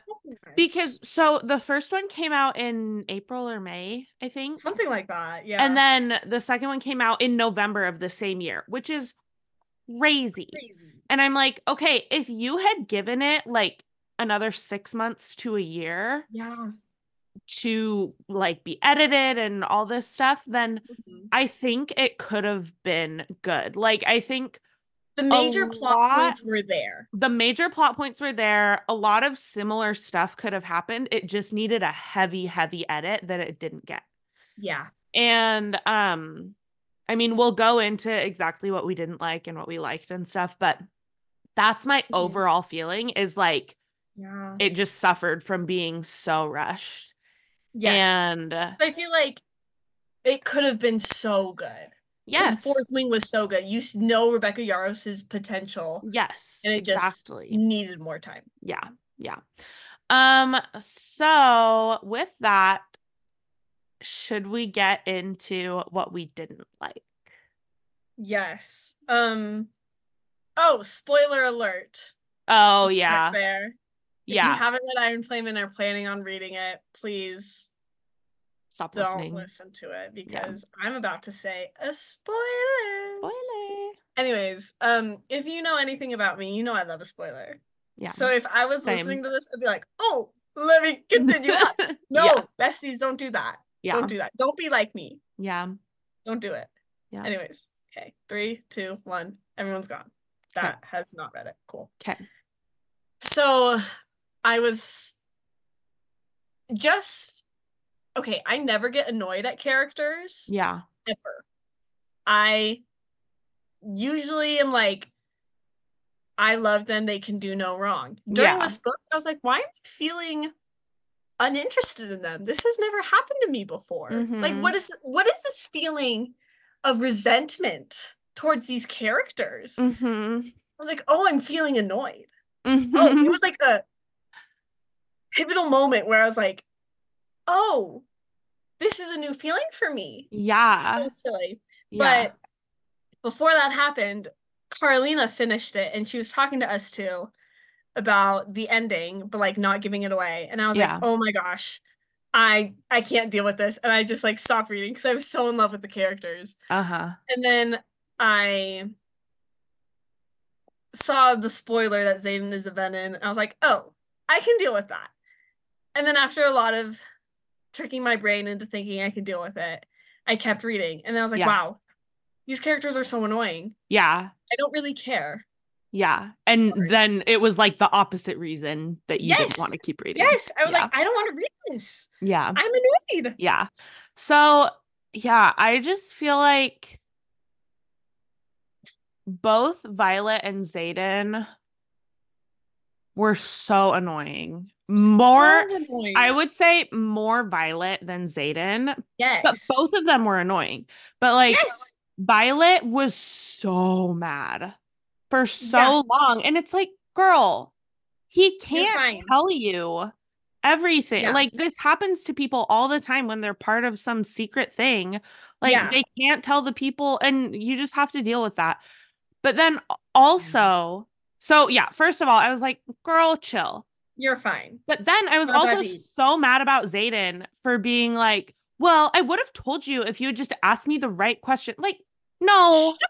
[SPEAKER 1] because so the first one came out in April or May, I think.
[SPEAKER 2] something like that. Yeah.
[SPEAKER 1] And then the second one came out in November of the same year, which is crazy.
[SPEAKER 2] Crazy.
[SPEAKER 1] And I'm like, okay, if you had given it like another six months to a year
[SPEAKER 2] Yeah.
[SPEAKER 1] to like be edited and all this stuff, then
[SPEAKER 2] Mhm.
[SPEAKER 1] I think it could have been good. Like, I think
[SPEAKER 2] The major
[SPEAKER 1] lot-
[SPEAKER 2] plot points were there.
[SPEAKER 1] the major plot points were there. A lot of similar stuff could have happened. It just needed a heavy, heavy edit that it didn't get.
[SPEAKER 2] Yeah.
[SPEAKER 1] And um I mean, we'll go into exactly what we didn't like and what we liked and stuff, but that's my
[SPEAKER 2] Mhm.
[SPEAKER 1] overall feeling is like
[SPEAKER 2] Yeah.
[SPEAKER 1] it just suffered from being so rushed.
[SPEAKER 2] Yes.
[SPEAKER 1] And uh,
[SPEAKER 2] I feel like it could have been so good.
[SPEAKER 1] yes.
[SPEAKER 2] Fourth Wing was so good. You s- know Rebecca Yaros's potential
[SPEAKER 1] yes.
[SPEAKER 2] and it just
[SPEAKER 1] exactly.
[SPEAKER 2] needed more time.
[SPEAKER 1] yeah. Yeah. Um so with that should we get into what we didn't like?
[SPEAKER 2] Yes. Um oh, spoiler alert.
[SPEAKER 1] Oh
[SPEAKER 2] Right
[SPEAKER 1] yeah.
[SPEAKER 2] There. If you
[SPEAKER 1] Yeah.
[SPEAKER 2] haven't read Iron Flame and are planning on reading it, please
[SPEAKER 1] Stop
[SPEAKER 2] don't
[SPEAKER 1] listening.
[SPEAKER 2] listen to it because I'm about to say a spoiler.
[SPEAKER 1] Spoiler.
[SPEAKER 2] Anyways, um, if you know anything about me, you know I love a spoiler.
[SPEAKER 1] Yeah.
[SPEAKER 2] So if I was
[SPEAKER 1] Same.
[SPEAKER 2] listening to this, I'd be like, oh, let me continue on. No,
[SPEAKER 1] Yeah.
[SPEAKER 2] besties, don't do that.
[SPEAKER 1] Yeah.
[SPEAKER 2] Don't do that. Don't be like me.
[SPEAKER 1] Yeah.
[SPEAKER 2] Don't do it.
[SPEAKER 1] Yeah.
[SPEAKER 2] Anyways, okay. Three, two, one. Everyone's gone. That has not read it. Cool.
[SPEAKER 1] Okay.
[SPEAKER 2] So I was just okay. I never get annoyed at characters
[SPEAKER 1] Yeah.
[SPEAKER 2] ever. I usually am like, I love them. They can do no wrong. During
[SPEAKER 1] Yeah.
[SPEAKER 2] this book, I was like, why am I feeling uninterested in them? This has never happened to me before.
[SPEAKER 1] Mm-hmm.
[SPEAKER 2] Like, what is what is this feeling of resentment towards these characters?
[SPEAKER 1] Mm-hmm.
[SPEAKER 2] I was like, oh, I'm feeling annoyed. Oh, it was like a pivotal moment where I was like, oh, this is a new feeling for me. That
[SPEAKER 1] yeah.
[SPEAKER 2] was silly.
[SPEAKER 1] yeah.
[SPEAKER 2] But before that happened, Carlina finished it and she was talking to us too about the ending, but like not giving it away. And I was
[SPEAKER 1] Yeah.
[SPEAKER 2] like, oh my gosh, I I can't deal with this. And I just like stopped reading because I was so in love with the characters.
[SPEAKER 1] Uh-huh.
[SPEAKER 2] And then I saw the spoiler that Zayden is a Venom. And I was like, oh, I can deal with that. And then after a lot of tricking my brain into thinking I could deal with it, I kept reading. And I was like,
[SPEAKER 1] Yeah.
[SPEAKER 2] wow, these characters are so annoying.
[SPEAKER 1] Yeah.
[SPEAKER 2] I don't really care.
[SPEAKER 1] Yeah. And
[SPEAKER 2] Sorry.
[SPEAKER 1] then it was like the opposite reason that you didn't
[SPEAKER 2] Yes.
[SPEAKER 1] want to keep reading.
[SPEAKER 2] Yes. I was
[SPEAKER 1] Yeah.
[SPEAKER 2] like, I don't want to read this.
[SPEAKER 1] Yeah.
[SPEAKER 2] I'm annoyed.
[SPEAKER 1] Yeah. So, yeah, I just feel like both Violet and Zayden were so annoying. More,
[SPEAKER 2] So annoying.
[SPEAKER 1] I would say more Violet than Zayden,
[SPEAKER 2] yes.
[SPEAKER 1] but both of them were annoying. But like,
[SPEAKER 2] yes.
[SPEAKER 1] Violet was so mad for so
[SPEAKER 2] Yeah.
[SPEAKER 1] long. And it's like, girl, he
[SPEAKER 2] You're
[SPEAKER 1] can't
[SPEAKER 2] fine.
[SPEAKER 1] tell you everything.
[SPEAKER 2] Yeah.
[SPEAKER 1] Like, this happens to people all the time when they're part of some secret thing. Like,
[SPEAKER 2] Yeah.
[SPEAKER 1] they can't tell the people, and you just have to deal with that. But then also, so yeah, first of all, I was like, girl, chill.
[SPEAKER 2] You're fine.
[SPEAKER 1] But then I was
[SPEAKER 2] Not that
[SPEAKER 1] also
[SPEAKER 2] deep.
[SPEAKER 1] so mad about Zayden for being like, well, I would have told you if you had just asked me the right question. Like, no.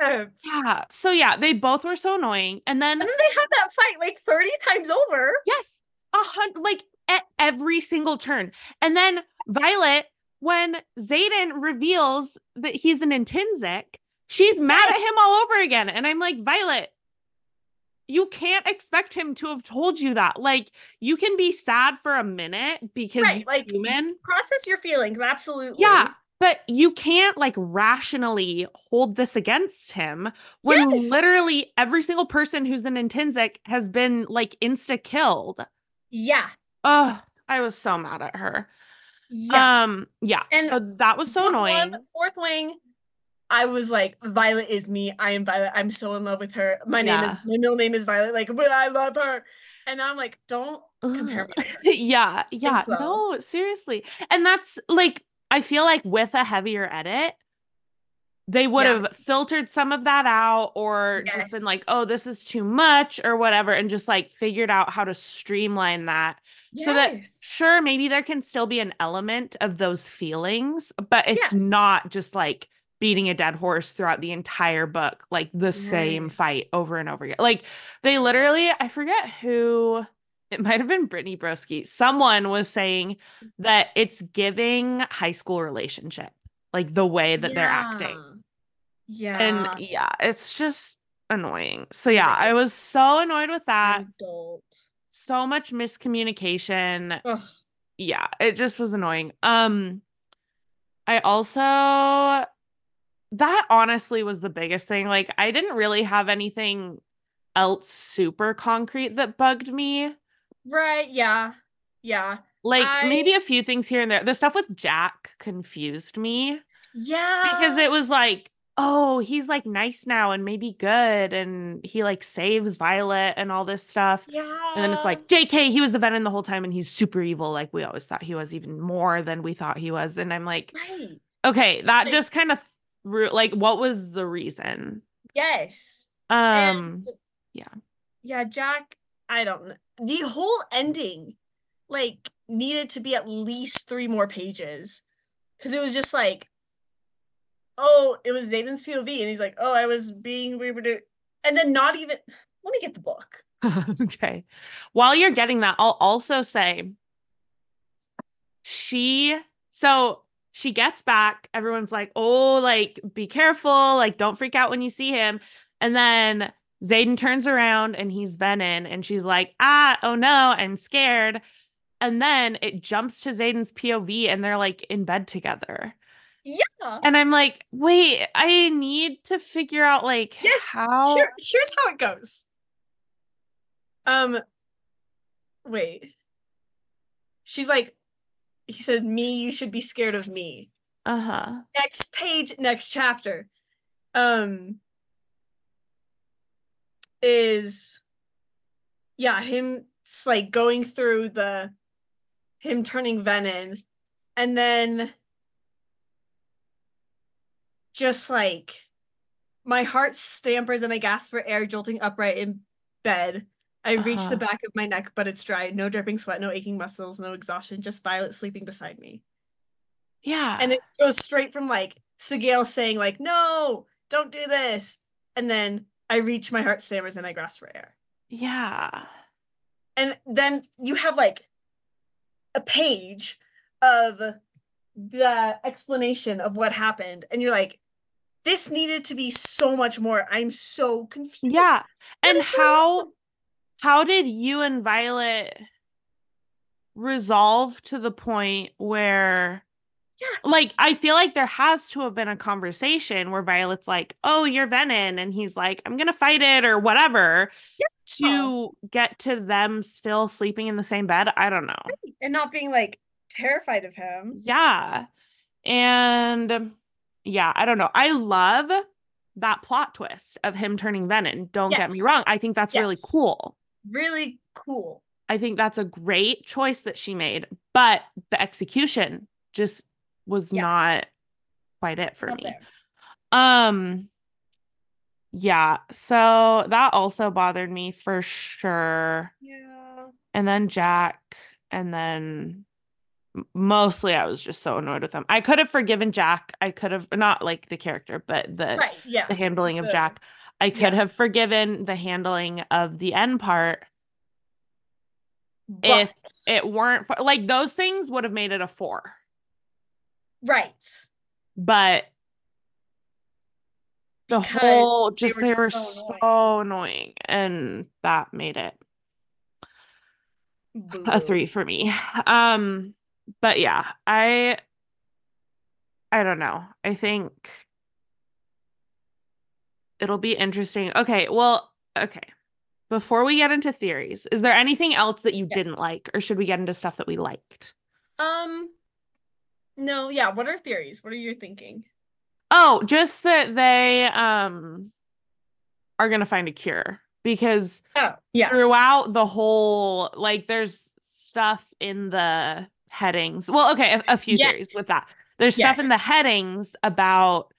[SPEAKER 2] And
[SPEAKER 1] Yeah. So yeah, they both were so annoying. And then
[SPEAKER 2] then they had that fight like 30 times over.
[SPEAKER 1] yes, a hundred like at every single turn. And then Violet, when Zayden reveals that he's an intrinsic, she's mad at
[SPEAKER 2] Yes.
[SPEAKER 1] him all over again. And I'm like, Violet, you can't expect him to have told you that. Like you can be sad for a minute because
[SPEAKER 2] Right,
[SPEAKER 1] you're
[SPEAKER 2] like,
[SPEAKER 1] human.
[SPEAKER 2] Process your feelings, absolutely.
[SPEAKER 1] Yeah, but you can't like rationally hold this against him when
[SPEAKER 2] Yes.
[SPEAKER 1] literally every single person who's in Intrinsic has been like insta killed.
[SPEAKER 2] Yeah.
[SPEAKER 1] Oh, I was so mad at her.
[SPEAKER 2] Yeah.
[SPEAKER 1] Um, yeah.
[SPEAKER 2] And
[SPEAKER 1] so that was so
[SPEAKER 2] Book one,
[SPEAKER 1] annoying.
[SPEAKER 2] Fourth wing. I was like, Violet is me. I am Violet. I'm so in love with her. My name is
[SPEAKER 1] Yeah.
[SPEAKER 2] my middle name is Violet. Like, but I love her. And I'm like, don't compare
[SPEAKER 1] Ugh.
[SPEAKER 2] me. to her.
[SPEAKER 1] yeah, yeah.
[SPEAKER 2] so.
[SPEAKER 1] No, seriously. And that's like I feel like with a heavier edit, they would
[SPEAKER 2] Yeah.
[SPEAKER 1] have filtered some of that out or just been like,
[SPEAKER 2] Yes.
[SPEAKER 1] "Oh, this is too much" or whatever and just like figured out how to streamline that. So that-
[SPEAKER 2] Yes.
[SPEAKER 1] Sure, maybe there can still be an element of those feelings, but it's
[SPEAKER 2] Yes.
[SPEAKER 1] not just like beating a dead horse throughout the entire book, like the same
[SPEAKER 2] Right.
[SPEAKER 1] fight over and over again. Like they literally, I forget who it might have been Brittany Broski. Someone was saying that it's giving high school relationship, like the way that they're acting.
[SPEAKER 2] Yeah.
[SPEAKER 1] And yeah, it's just annoying. So yeah, I
[SPEAKER 2] Ridiculous.
[SPEAKER 1] was so annoyed with that.
[SPEAKER 2] An adult.
[SPEAKER 1] So much miscommunication
[SPEAKER 2] Ugh.
[SPEAKER 1] yeah, it just was annoying. Um I also that honestly was the biggest thing. Like I didn't really have anything else super concrete that bugged me.
[SPEAKER 2] Right. Yeah. Yeah.
[SPEAKER 1] Like
[SPEAKER 2] I-
[SPEAKER 1] maybe a few things here and there. The stuff with Jack confused me
[SPEAKER 2] Yeah.
[SPEAKER 1] because it was like, oh, he's like nice now and maybe good and he like saves Violet and all this stuff.
[SPEAKER 2] Yeah.
[SPEAKER 1] And then it's
[SPEAKER 2] Um,
[SPEAKER 1] like, JK, he was the venom the whole time and he's super evil. Like we always thought he was even more than we thought he was. And I'm like,
[SPEAKER 2] Right.
[SPEAKER 1] okay, that
[SPEAKER 2] Like-
[SPEAKER 1] just kind of threw like what was the reason?
[SPEAKER 2] Yes.
[SPEAKER 1] Um
[SPEAKER 2] and
[SPEAKER 1] yeah.
[SPEAKER 2] Yeah, Jack, I don't know. The whole ending like needed to be at least three more pages. Cause it was just like, oh, it was Zayden's POV, and he's like, oh, I was being reproduced. And then not even let me get the book.
[SPEAKER 1] okay. While you're getting that, I'll also say she so she gets back, everyone's like, "Oh, like be careful, like don't freak out when you see him." And then Zayden turns around and he's Venom and she's like, "Ah, oh no, I'm scared." And then it jumps to Zayden's POV and they're like in bed together.
[SPEAKER 2] Yeah.
[SPEAKER 1] And I'm like, wait, I need to figure out like
[SPEAKER 2] Yes,
[SPEAKER 1] how
[SPEAKER 2] Here, here's how it goes. Um, wait. She's like, he says, me, you should be scared of me.
[SPEAKER 1] uh-huh.
[SPEAKER 2] Next page, next chapter. Um, is, yeah, him, it's like going through the, him turning venom. And then just like my heart stampers and I gasp for air, jolting upright in bed. I reach
[SPEAKER 1] Uh-huh.
[SPEAKER 2] the back of my neck, but it's dry. No dripping sweat, no aching muscles, no exhaustion, just Violet sleeping beside me.
[SPEAKER 1] Yeah.
[SPEAKER 2] And it goes straight from like Sigale saying, like, no, don't do this. And then I reach my heart stammers and I gasp for air.
[SPEAKER 1] yeah.
[SPEAKER 2] And then you have like a page of the explanation of what happened. And you're like, this needed to be so much more. I'm so confused.
[SPEAKER 1] Yeah.
[SPEAKER 2] What
[SPEAKER 1] And
[SPEAKER 2] is going on?
[SPEAKER 1] how how did you and Violet resolve to the point where
[SPEAKER 2] Yeah.
[SPEAKER 1] like I feel like there has to have been a conversation where Violet's like, "Oh, you're Venom," and he's like, "I'm going to fight it or whatever." To get to them still sleeping in the same bed, I don't know.
[SPEAKER 2] and not being like terrified of him.
[SPEAKER 1] Yeah. And um, yeah, I don't know. I love that plot twist of him turning Venom. Don't get me
[SPEAKER 2] Yes.
[SPEAKER 1] wrong. I think that's really
[SPEAKER 2] Yes.
[SPEAKER 1] cool.
[SPEAKER 2] Really cool.
[SPEAKER 1] I think that's a great choice that she made, but the execution just was
[SPEAKER 2] Yeah.
[SPEAKER 1] not quite it for
[SPEAKER 2] Not
[SPEAKER 1] me.
[SPEAKER 2] there.
[SPEAKER 1] Um yeah, so that also bothered me for sure.
[SPEAKER 2] Yeah.
[SPEAKER 1] and then Jack, and then m- mostly I was just so annoyed with him. I could have forgiven Jack. I could have not like the character, but the
[SPEAKER 2] Right. Yeah.
[SPEAKER 1] the handling of
[SPEAKER 2] the-
[SPEAKER 1] Jack. I could
[SPEAKER 2] yeah.
[SPEAKER 1] have forgiven the handling of the end part.
[SPEAKER 2] But
[SPEAKER 1] It weren't for, like those things would have made it a four,
[SPEAKER 2] right.
[SPEAKER 1] but the
[SPEAKER 2] because
[SPEAKER 1] whole just
[SPEAKER 2] were
[SPEAKER 1] they
[SPEAKER 2] just
[SPEAKER 1] were
[SPEAKER 2] so
[SPEAKER 1] so, annoying and that made it a
[SPEAKER 2] Boo.
[SPEAKER 1] three for me um but yeah i i don't know i think it'll be interesting okay well okay before we get into theories is there anything else that you didn't
[SPEAKER 2] Yes.
[SPEAKER 1] like or should we get into stuff that we liked
[SPEAKER 2] Um, no, yeah. What are theories? What are you thinking?
[SPEAKER 1] oh just that they um are gonna find a cure because
[SPEAKER 2] Oh, yeah.
[SPEAKER 1] throughout the whole like there's stuff in the headings well okay a, a few theories
[SPEAKER 2] Yes.
[SPEAKER 1] with that there's
[SPEAKER 2] Yeah.
[SPEAKER 1] stuff in the headings about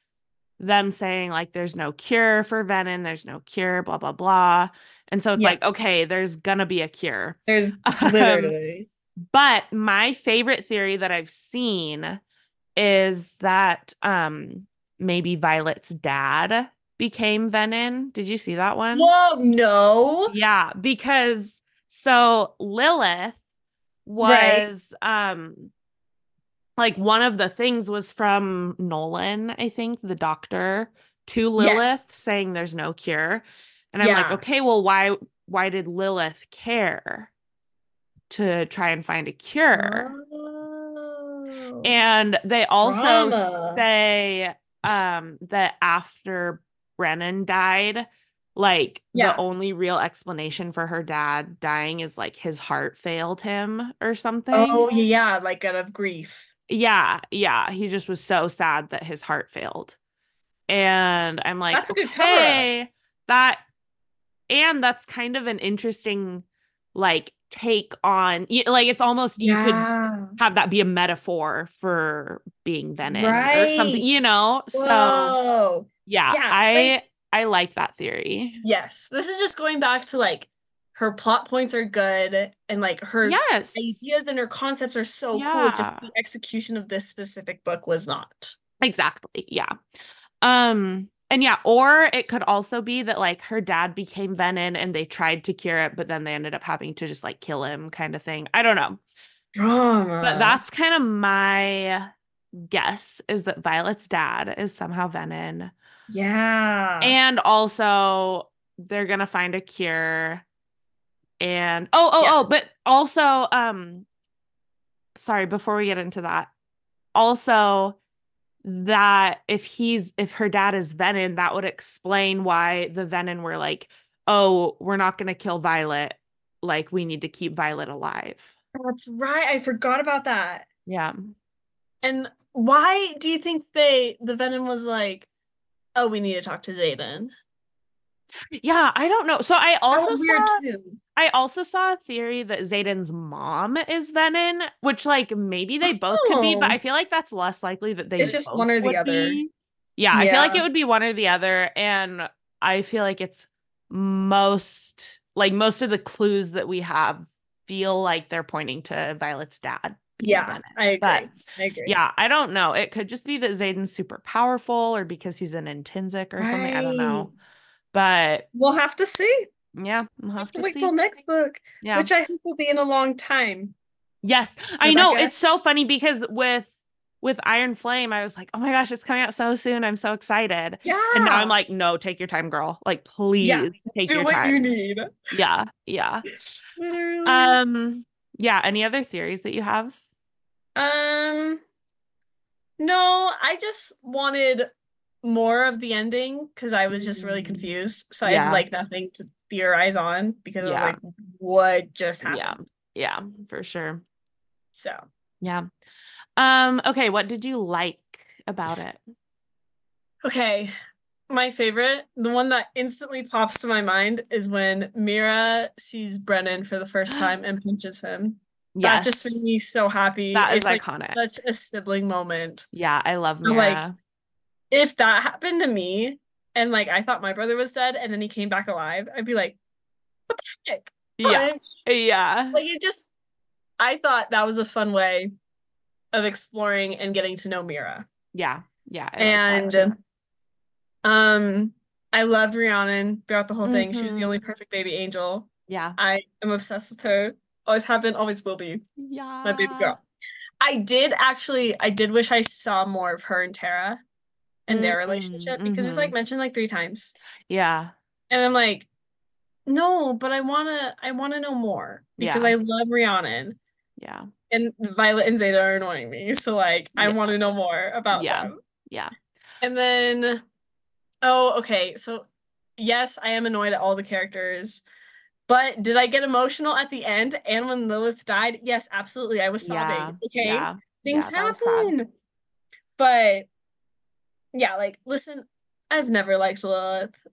[SPEAKER 1] them saying like there's no cure for venom there's no cure blah blah blah and so it's
[SPEAKER 2] Yeah.
[SPEAKER 1] like okay there's gonna be a cure
[SPEAKER 2] There's
[SPEAKER 1] Um,
[SPEAKER 2] literally.
[SPEAKER 1] but my favorite theory that i've seen is that um maybe violet's dad became venom did you see that one
[SPEAKER 2] Whoa, no.
[SPEAKER 1] yeah, because so Lilith
[SPEAKER 2] Right.
[SPEAKER 1] was um like one of the things was from Nolan, I think, the doctor to Lilith
[SPEAKER 2] Yes.
[SPEAKER 1] saying there's no cure. And I'm like,
[SPEAKER 2] Yeah.
[SPEAKER 1] okay, well why why did Lilith care to try and find a cure?
[SPEAKER 2] Oh.
[SPEAKER 1] And they also
[SPEAKER 2] Drama.
[SPEAKER 1] say um that after Brennan died, like
[SPEAKER 2] Yeah.
[SPEAKER 1] the only real explanation for her dad dying is like his heart failed him or something.
[SPEAKER 2] Oh yeah, like out of grief.
[SPEAKER 1] yeah, yeah. He just was so sad that his heart failed. And I'm like,
[SPEAKER 2] That's a good cover up.
[SPEAKER 1] okay, that and that's kind of an interesting like take on y- like it's almost you could have that be a metaphor for being venom or
[SPEAKER 2] Right.
[SPEAKER 1] something, you know? So
[SPEAKER 2] Whoa.
[SPEAKER 1] yeah,
[SPEAKER 2] Yeah,
[SPEAKER 1] I
[SPEAKER 2] like-
[SPEAKER 1] I like that theory.
[SPEAKER 2] Yes. This is just going back to like her plot points are good and like her
[SPEAKER 1] Yes.
[SPEAKER 2] ideas and her concepts are so cool. Just
[SPEAKER 1] Yeah.
[SPEAKER 2] the execution of this specific book was not.
[SPEAKER 1] Exactly. Yeah. Um and yeah, or it could also be that like her dad became venom and they tried to cure it, but then they ended up having to just like kill him kind of thing. I don't know.
[SPEAKER 2] Drama.
[SPEAKER 1] But that's kind of my guess is that Violet's dad is somehow venom.
[SPEAKER 2] yeah.
[SPEAKER 1] and also they're gonna find a cure and oh oh
[SPEAKER 2] Yeah.
[SPEAKER 1] oh but also um sorry before we get into that also that if he's if her dad is venom that would explain why the venom were like oh we're not gonna kill violet like we need to keep violet alive
[SPEAKER 2] That's right. I forgot about that.
[SPEAKER 1] yeah
[SPEAKER 2] And why do you think they the Venom was like, oh, we need to talk to Zayden?
[SPEAKER 1] yeah i don't know so i
[SPEAKER 2] That
[SPEAKER 1] also
[SPEAKER 2] was weird
[SPEAKER 1] saw-
[SPEAKER 2] too.
[SPEAKER 1] I also saw a theory that Zayden's mom is Venom, which like maybe they both could be, but
[SPEAKER 2] Oh.
[SPEAKER 1] I feel like that's less likely that they.
[SPEAKER 2] It's just
[SPEAKER 1] both
[SPEAKER 2] one or the
[SPEAKER 1] would
[SPEAKER 2] other.
[SPEAKER 1] be. Yeah, I feel like
[SPEAKER 2] Yeah.
[SPEAKER 1] it would be one or the other, and I feel like it's most like most of the clues that we have feel like they're pointing to Violet's dad. being
[SPEAKER 2] Yeah,
[SPEAKER 1] Venom.
[SPEAKER 2] I agree.
[SPEAKER 1] But-
[SPEAKER 2] I agree.
[SPEAKER 1] Yeah, I don't know. It could just be that Zayden's super powerful, or because he's an intrinsic or something. I don't know.
[SPEAKER 2] Right.
[SPEAKER 1] But
[SPEAKER 2] We'll have to see.
[SPEAKER 1] yeah, we'll have,
[SPEAKER 2] Have to
[SPEAKER 1] to
[SPEAKER 2] wait
[SPEAKER 1] see.
[SPEAKER 2] till next book,
[SPEAKER 1] yeah.
[SPEAKER 2] which I hope will be in a long time.
[SPEAKER 1] Yes, I know.
[SPEAKER 2] Rebecca?
[SPEAKER 1] It's so funny because with with Iron Flame, I was like, "Oh my gosh, it's coming out so soon! I'm so excited!"
[SPEAKER 2] Yeah.
[SPEAKER 1] And now I'm like, "No, take your time, girl. Like, please take
[SPEAKER 2] do
[SPEAKER 1] your
[SPEAKER 2] what
[SPEAKER 1] time."
[SPEAKER 2] you need.
[SPEAKER 1] Yeah, yeah.
[SPEAKER 2] Literally.
[SPEAKER 1] Um, yeah. Any other theories that you have?
[SPEAKER 2] Um, no, I just wanted more of the ending because I was just really
[SPEAKER 1] Mm.
[SPEAKER 2] confused. So I
[SPEAKER 1] Yeah.
[SPEAKER 2] had like nothing to theorize on because
[SPEAKER 1] Yeah.
[SPEAKER 2] I was like, what just happened?
[SPEAKER 1] Yeah, yeah, for sure.
[SPEAKER 2] So
[SPEAKER 1] Yeah. Um. Okay. What did you like about it?
[SPEAKER 2] okay. My favorite, the one that instantly pops to my mind is when Mira sees Brennan for the first time and punches him. That just made me so happy.
[SPEAKER 1] That is
[SPEAKER 2] It's like
[SPEAKER 1] iconic.
[SPEAKER 2] such a sibling moment.
[SPEAKER 1] yeah, I love
[SPEAKER 2] I was
[SPEAKER 1] Mira.
[SPEAKER 2] like, if that happened to me and like I thought my brother was dead and then he came back alive, I'd be like, what the heck?
[SPEAKER 1] yeah,
[SPEAKER 2] Punch."
[SPEAKER 1] yeah,
[SPEAKER 2] Like it just I thought that was a fun way of exploring and getting to know Mira.
[SPEAKER 1] yeah, yeah. I like that.
[SPEAKER 2] and um I loved Rhiannon throughout the whole thing. She was the
[SPEAKER 1] Mhm.
[SPEAKER 2] only perfect baby angel.
[SPEAKER 1] yeah,
[SPEAKER 2] I am obsessed with her. Always have been, always will be.
[SPEAKER 1] yeah,
[SPEAKER 2] My baby girl. I did actually I did wish I saw more of her and Tara. and their
[SPEAKER 1] Mm,
[SPEAKER 2] relationship because it's like mentioned like three times.
[SPEAKER 1] Yeah.
[SPEAKER 2] And I'm like, no, but I wanna I wanna know more because
[SPEAKER 1] Yeah.
[SPEAKER 2] I love Rhiannon
[SPEAKER 1] Yeah.
[SPEAKER 2] and Violet and Zeta are annoying me. So like I
[SPEAKER 1] Yeah.
[SPEAKER 2] wanna know more about
[SPEAKER 1] Yeah.
[SPEAKER 2] them.
[SPEAKER 1] Yeah.
[SPEAKER 2] And then oh okay, so yes, I am annoyed at all the characters. But did I get emotional at the end and when Lilith died? Yes, absolutely. I was sobbing.
[SPEAKER 1] Yeah.
[SPEAKER 2] Okay.
[SPEAKER 1] Yeah.
[SPEAKER 2] Things
[SPEAKER 1] Yeah, that was sad.
[SPEAKER 2] happen. But yeah, like listen, I've never liked Lilith.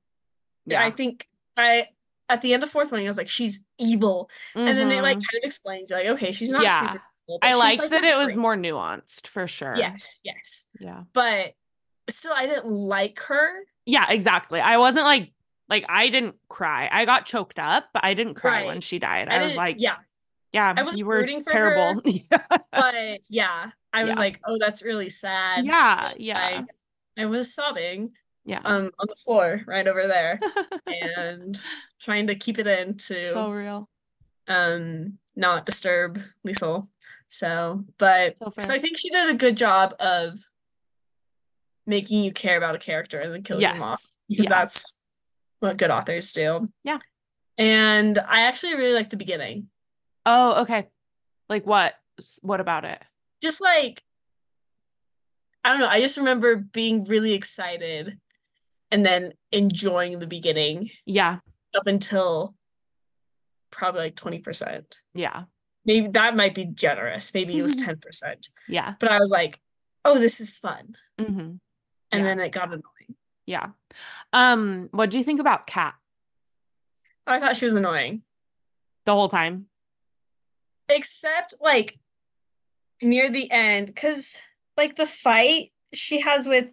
[SPEAKER 2] Yeah. I think I at the end of fourth one, I was like, she's evil, and then it like
[SPEAKER 1] Mhm.
[SPEAKER 2] kind of explains like, okay, she's not
[SPEAKER 1] Yeah.
[SPEAKER 2] super evil. but
[SPEAKER 1] I
[SPEAKER 2] she's,
[SPEAKER 1] like that it was
[SPEAKER 2] great.
[SPEAKER 1] more nuanced for sure.
[SPEAKER 2] Yes, yes,
[SPEAKER 1] Yeah.
[SPEAKER 2] but still, I didn't like her.
[SPEAKER 1] Yeah, exactly. I wasn't like like I didn't cry. I got choked up, but I didn't cry when
[SPEAKER 2] Right.
[SPEAKER 1] she died.
[SPEAKER 2] I,
[SPEAKER 1] I, was
[SPEAKER 2] didn't-
[SPEAKER 1] like, yeah,
[SPEAKER 2] yeah, I was
[SPEAKER 1] you were
[SPEAKER 2] rooting for
[SPEAKER 1] terrible. yeah.
[SPEAKER 2] but yeah, I was
[SPEAKER 1] Yeah.
[SPEAKER 2] like, oh, that's really sad.
[SPEAKER 1] Yeah,
[SPEAKER 2] So,
[SPEAKER 1] yeah.
[SPEAKER 2] like, I was sobbing
[SPEAKER 1] Yeah.
[SPEAKER 2] um on the floor right over there and trying to keep it in to
[SPEAKER 1] so real.
[SPEAKER 2] um not disturb Liesel. So, but
[SPEAKER 1] So fair.
[SPEAKER 2] so I think she did a good job of making you care about a character and then killing them off
[SPEAKER 1] Yes.
[SPEAKER 2] because
[SPEAKER 1] yeah.
[SPEAKER 2] that's what good authors do.
[SPEAKER 1] Yeah.
[SPEAKER 2] And I actually really like the beginning.
[SPEAKER 1] Oh, okay. Like what? S- What about it?
[SPEAKER 2] Just like I don't know, I just remember being really excited and then enjoying the beginning
[SPEAKER 1] Yeah.
[SPEAKER 2] up until probably like 20%.
[SPEAKER 1] Yeah.
[SPEAKER 2] Maybe that might be generous. Maybe it was 10%.
[SPEAKER 1] Yeah.
[SPEAKER 2] but I was like, oh, this is fun.
[SPEAKER 1] hmm
[SPEAKER 2] And
[SPEAKER 1] Yeah.
[SPEAKER 2] then it got annoying.
[SPEAKER 1] Yeah. Um, what do you think about Kat
[SPEAKER 2] Oh, I thought she was annoying,
[SPEAKER 1] the whole time?
[SPEAKER 2] except like near the end, because like the fight she has with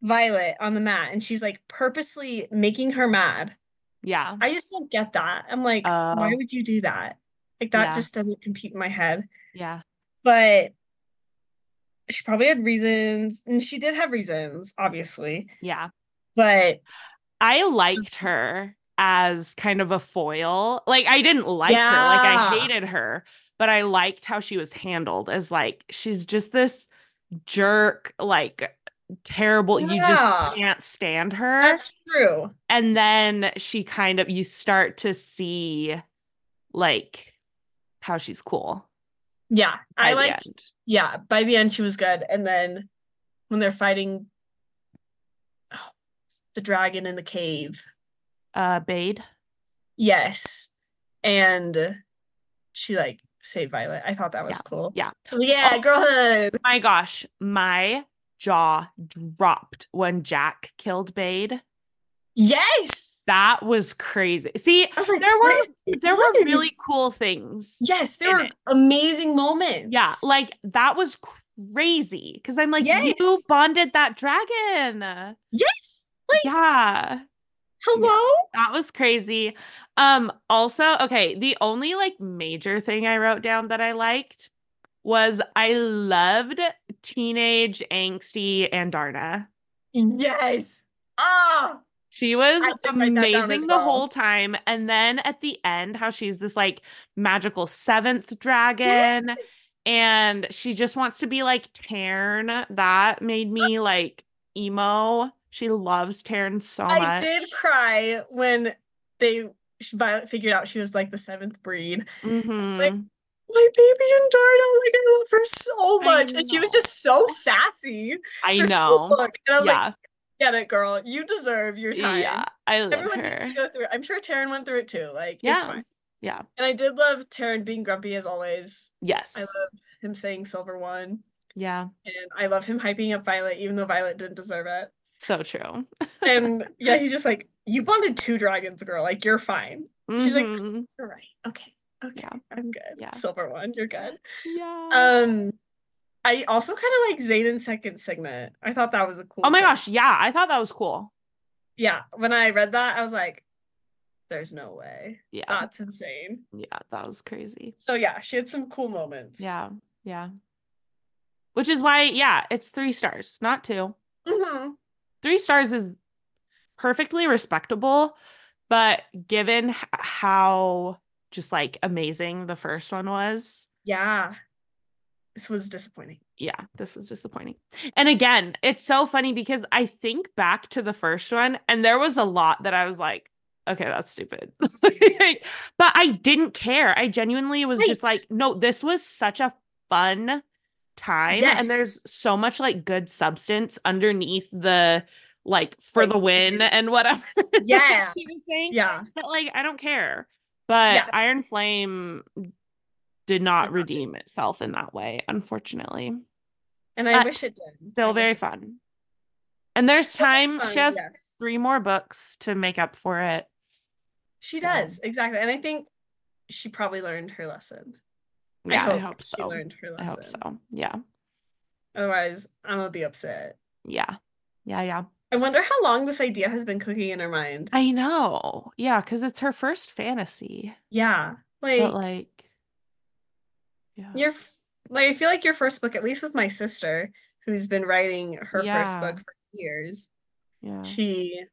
[SPEAKER 2] Violet on the mat, and she's like purposely making her mad.
[SPEAKER 1] Yeah.
[SPEAKER 2] I just don't get that. I'm like, why
[SPEAKER 1] Oh.
[SPEAKER 2] would you do that? Like, that
[SPEAKER 1] Yeah.
[SPEAKER 2] just doesn't compute in my head.
[SPEAKER 1] Yeah.
[SPEAKER 2] But she probably had reasons, and she did have reasons, obviously.
[SPEAKER 1] Yeah.
[SPEAKER 2] But
[SPEAKER 1] I
[SPEAKER 2] Mm-hmm.
[SPEAKER 1] liked her as kind of a foil. Like I didn't like her. Like I
[SPEAKER 2] Yeah.
[SPEAKER 1] hated her, but I liked how she was handled as like she's just this jerk, like terrible. You
[SPEAKER 2] Yeah.
[SPEAKER 1] just can't stand her.
[SPEAKER 2] that's true.
[SPEAKER 1] and then she kind of you start to see like how she's cool.
[SPEAKER 2] Yeah, I
[SPEAKER 1] by the
[SPEAKER 2] liked
[SPEAKER 1] end.
[SPEAKER 2] yeah, by the end she was good. And then when they're fighting oh, the dragon in the cave,
[SPEAKER 1] uh Bade.
[SPEAKER 2] yes. And she like saved Violet. I thought that was cool.
[SPEAKER 1] yeah.
[SPEAKER 2] Yeah,
[SPEAKER 1] Oh.
[SPEAKER 2] girlhood.
[SPEAKER 1] My gosh, my jaw dropped when Jack killed Bade.
[SPEAKER 2] Yes.
[SPEAKER 1] That was crazy. See,
[SPEAKER 2] I was like,
[SPEAKER 1] there
[SPEAKER 2] what
[SPEAKER 1] were-
[SPEAKER 2] is going
[SPEAKER 1] there were
[SPEAKER 2] on?
[SPEAKER 1] really cool things.
[SPEAKER 2] Yes, there
[SPEAKER 1] in
[SPEAKER 2] were
[SPEAKER 1] it.
[SPEAKER 2] amazing moments.
[SPEAKER 1] Yeah, like that was crazy because I'm like, you
[SPEAKER 2] Yes.
[SPEAKER 1] bonded that dragon.
[SPEAKER 2] yes.
[SPEAKER 1] Yeah,
[SPEAKER 2] Hello?
[SPEAKER 1] that was crazy. Um, also, okay, the only like major thing I wrote down that I liked was I loved teenage angsty Andarna.
[SPEAKER 2] Yes. Ah.
[SPEAKER 1] She was
[SPEAKER 2] did write that down as
[SPEAKER 1] amazing the
[SPEAKER 2] well.
[SPEAKER 1] whole time. And then at the end, how she's this like magical seventh dragon and she just wants to be like Tarn. That made me like emo. She loves Tarn so much.
[SPEAKER 2] I did cry when they Violet figured out she was like the seventh breed. like,
[SPEAKER 1] Mhm.
[SPEAKER 2] my baby and Darna, like I love her so
[SPEAKER 1] I
[SPEAKER 2] much. And she was
[SPEAKER 1] know.
[SPEAKER 2] just so sassy.
[SPEAKER 1] I
[SPEAKER 2] this whole
[SPEAKER 1] know.
[SPEAKER 2] book. And I was like,
[SPEAKER 1] yeah.
[SPEAKER 2] get it, girl. You deserve your time.
[SPEAKER 1] yeah. I love
[SPEAKER 2] Everyone
[SPEAKER 1] her.
[SPEAKER 2] needs to go through it. I'm sure Taryn went through it too. Like it's
[SPEAKER 1] Yeah.
[SPEAKER 2] fine.
[SPEAKER 1] Yeah.
[SPEAKER 2] And I did love Taryn being grumpy as always.
[SPEAKER 1] Yes.
[SPEAKER 2] I love him saying silver one.
[SPEAKER 1] Yeah.
[SPEAKER 2] And I love him hyping up Violet, even though Violet didn't deserve it.
[SPEAKER 1] So true.
[SPEAKER 2] And yeah, he's just like, You bonded two dragons, girl. Like you're fine. She's like,
[SPEAKER 1] Mhm.
[SPEAKER 2] You're right. Okay. Okay.
[SPEAKER 1] Yeah.
[SPEAKER 2] I'm good.
[SPEAKER 1] Yeah.
[SPEAKER 2] Silver one, you're good.
[SPEAKER 1] yeah.
[SPEAKER 2] Um, I also kind of like Zayden's second signet. I thought that was a cool.
[SPEAKER 1] oh my
[SPEAKER 2] thing.
[SPEAKER 1] gosh. Yeah. I thought that was cool.
[SPEAKER 2] Yeah, when I read that, I was like, "There's no way.
[SPEAKER 1] Yeah.
[SPEAKER 2] That's insane."
[SPEAKER 1] yeah. That was crazy.
[SPEAKER 2] So yeah, she had some cool moments.
[SPEAKER 1] Yeah. Yeah. Which is why, yeah, it's three stars, not two.
[SPEAKER 2] Mhm.
[SPEAKER 1] Three stars is perfectly respectable, but given h- how just like amazing the first one was,
[SPEAKER 2] Yeah. this was disappointing.
[SPEAKER 1] yeah, this was disappointing. And again, it's so funny because I think back to the first one and there was a lot that I was like, okay, that's stupid. Like, but I didn't care. I genuinely was
[SPEAKER 2] Right.
[SPEAKER 1] just like, no, this was such a fun time.
[SPEAKER 2] Yes.
[SPEAKER 1] And there's so much like good substance underneath the like for
[SPEAKER 2] Like,
[SPEAKER 1] the win and whatever. that
[SPEAKER 2] Yeah.
[SPEAKER 1] she was saying.
[SPEAKER 2] Yeah.
[SPEAKER 1] But like, I don't care. But
[SPEAKER 2] Yeah.
[SPEAKER 1] Iron Flame did not
[SPEAKER 2] not do-
[SPEAKER 1] redeem itself in that way, unfortunately.
[SPEAKER 2] And I
[SPEAKER 1] Uh,
[SPEAKER 2] wish it did. I
[SPEAKER 1] Still
[SPEAKER 2] wish
[SPEAKER 1] very
[SPEAKER 2] it
[SPEAKER 1] fun. And there's
[SPEAKER 2] did.
[SPEAKER 1] time.
[SPEAKER 2] Fun,
[SPEAKER 1] She has
[SPEAKER 2] yes.
[SPEAKER 1] three more books to make up for it.
[SPEAKER 2] She
[SPEAKER 1] so.
[SPEAKER 2] does, exactly. And I think she probably learned her lesson.
[SPEAKER 1] Yeah,
[SPEAKER 2] I hope, she
[SPEAKER 1] so.
[SPEAKER 2] learned her lesson.
[SPEAKER 1] I hope so. Yeah.
[SPEAKER 2] Otherwise, I'm gonna be upset.
[SPEAKER 1] Yeah. Yeah. Yeah.
[SPEAKER 2] I wonder how long this idea has been cooking in her mind.
[SPEAKER 1] I know. Yeah. Cause it's her first fantasy.
[SPEAKER 2] Yeah.
[SPEAKER 1] But
[SPEAKER 2] Like,
[SPEAKER 1] like, yeah.
[SPEAKER 2] your f- like I feel like your first book, at least with my sister, who's been writing her first
[SPEAKER 1] Yeah.
[SPEAKER 2] book for years,
[SPEAKER 1] Yeah.
[SPEAKER 2] she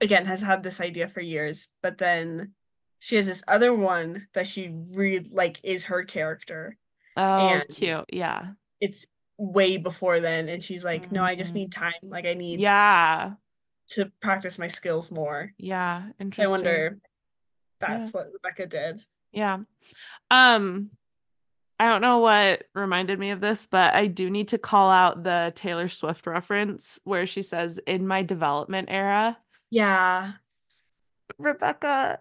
[SPEAKER 2] again has had this idea for years, but then she has this other one that she really like is her character.
[SPEAKER 1] Oh,
[SPEAKER 2] and-
[SPEAKER 1] cute. Yeah.
[SPEAKER 2] It's way before then, and she's like, no, I just
[SPEAKER 1] Mhm.
[SPEAKER 2] need time. Like I need
[SPEAKER 1] Yeah.
[SPEAKER 2] to practice my skills more.
[SPEAKER 1] Yeah.
[SPEAKER 2] I
[SPEAKER 1] Interesting.
[SPEAKER 2] wonder if that's what Rebecca did.
[SPEAKER 1] Yeah. Um I don't know what reminded me of this, but I do need to call out the Taylor Swift reference where she says in my development era,
[SPEAKER 2] Yeah.
[SPEAKER 1] Rebecca,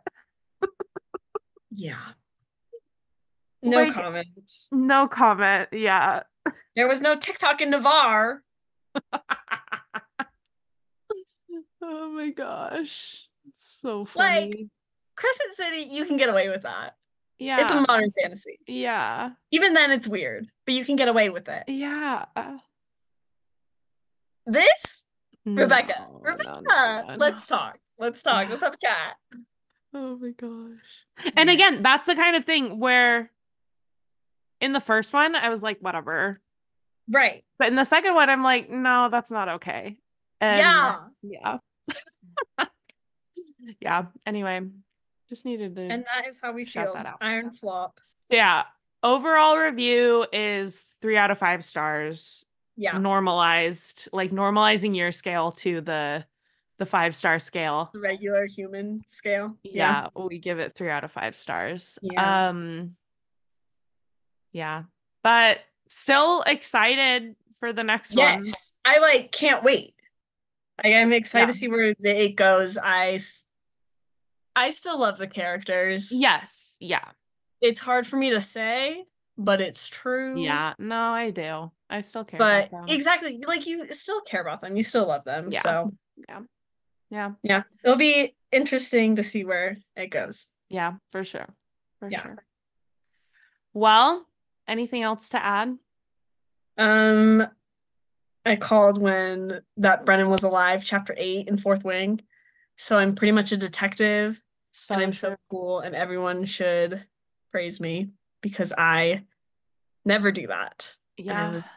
[SPEAKER 2] Yeah. No
[SPEAKER 1] Like-
[SPEAKER 2] comment.
[SPEAKER 1] no comment. Yeah.
[SPEAKER 2] There was no TikTok in Navarre.
[SPEAKER 1] oh my gosh. It's so funny.
[SPEAKER 2] Like, Crescent City, you can get away with that.
[SPEAKER 1] yeah.
[SPEAKER 2] It's a modern fantasy.
[SPEAKER 1] yeah.
[SPEAKER 2] Even then, it's weird, but you can get away with it.
[SPEAKER 1] Yeah.
[SPEAKER 2] This, Rebecca,
[SPEAKER 1] No, no, no,
[SPEAKER 2] Rebecca,
[SPEAKER 1] no.
[SPEAKER 2] let's talk. Let's talk.
[SPEAKER 1] Yeah.
[SPEAKER 2] Let's have a chat.
[SPEAKER 1] Oh my gosh. And
[SPEAKER 2] Yeah.
[SPEAKER 1] again, that's the kind of thing where in the first one, I was like, whatever.
[SPEAKER 2] Right.
[SPEAKER 1] But in the second one, I'm like, no, that's not okay. And
[SPEAKER 2] yeah.
[SPEAKER 1] Yeah. yeah. Anyway, just needed to.
[SPEAKER 2] And that is how we
[SPEAKER 1] Shout
[SPEAKER 2] feel.
[SPEAKER 1] that out.
[SPEAKER 2] Iron flop.
[SPEAKER 1] yeah. Overall review is three out of five stars,
[SPEAKER 2] Yeah.
[SPEAKER 1] normalized, like normalizing your scale to the the five star scale.
[SPEAKER 2] The regular human scale.
[SPEAKER 1] yeah, we give it three out of five stars
[SPEAKER 2] Yeah.
[SPEAKER 1] um yeah but still excited for the next one
[SPEAKER 2] Yes. I like can't wait. Like, I'm excited
[SPEAKER 1] Yeah.
[SPEAKER 2] to see where the, it goes. I, s- I still love the characters.
[SPEAKER 1] yes yeah
[SPEAKER 2] It's hard for me to say, but it's true.
[SPEAKER 1] yeah no i do i still care
[SPEAKER 2] Mm-hmm. but
[SPEAKER 1] about them.
[SPEAKER 2] exactly like you still care about them you still love them
[SPEAKER 1] Yeah.
[SPEAKER 2] so
[SPEAKER 1] yeah
[SPEAKER 2] yeah it'll be interesting to see where it goes
[SPEAKER 1] yeah for sure for
[SPEAKER 2] Yeah.
[SPEAKER 1] sure well anything else to add
[SPEAKER 2] um i called when that brennan was alive chapter 8 in fourth wing so i'm pretty much a detective
[SPEAKER 1] so
[SPEAKER 2] and i'm so
[SPEAKER 1] Oh, sure-
[SPEAKER 2] cool and everyone should praise me because i never do that I
[SPEAKER 1] yeah
[SPEAKER 2] was-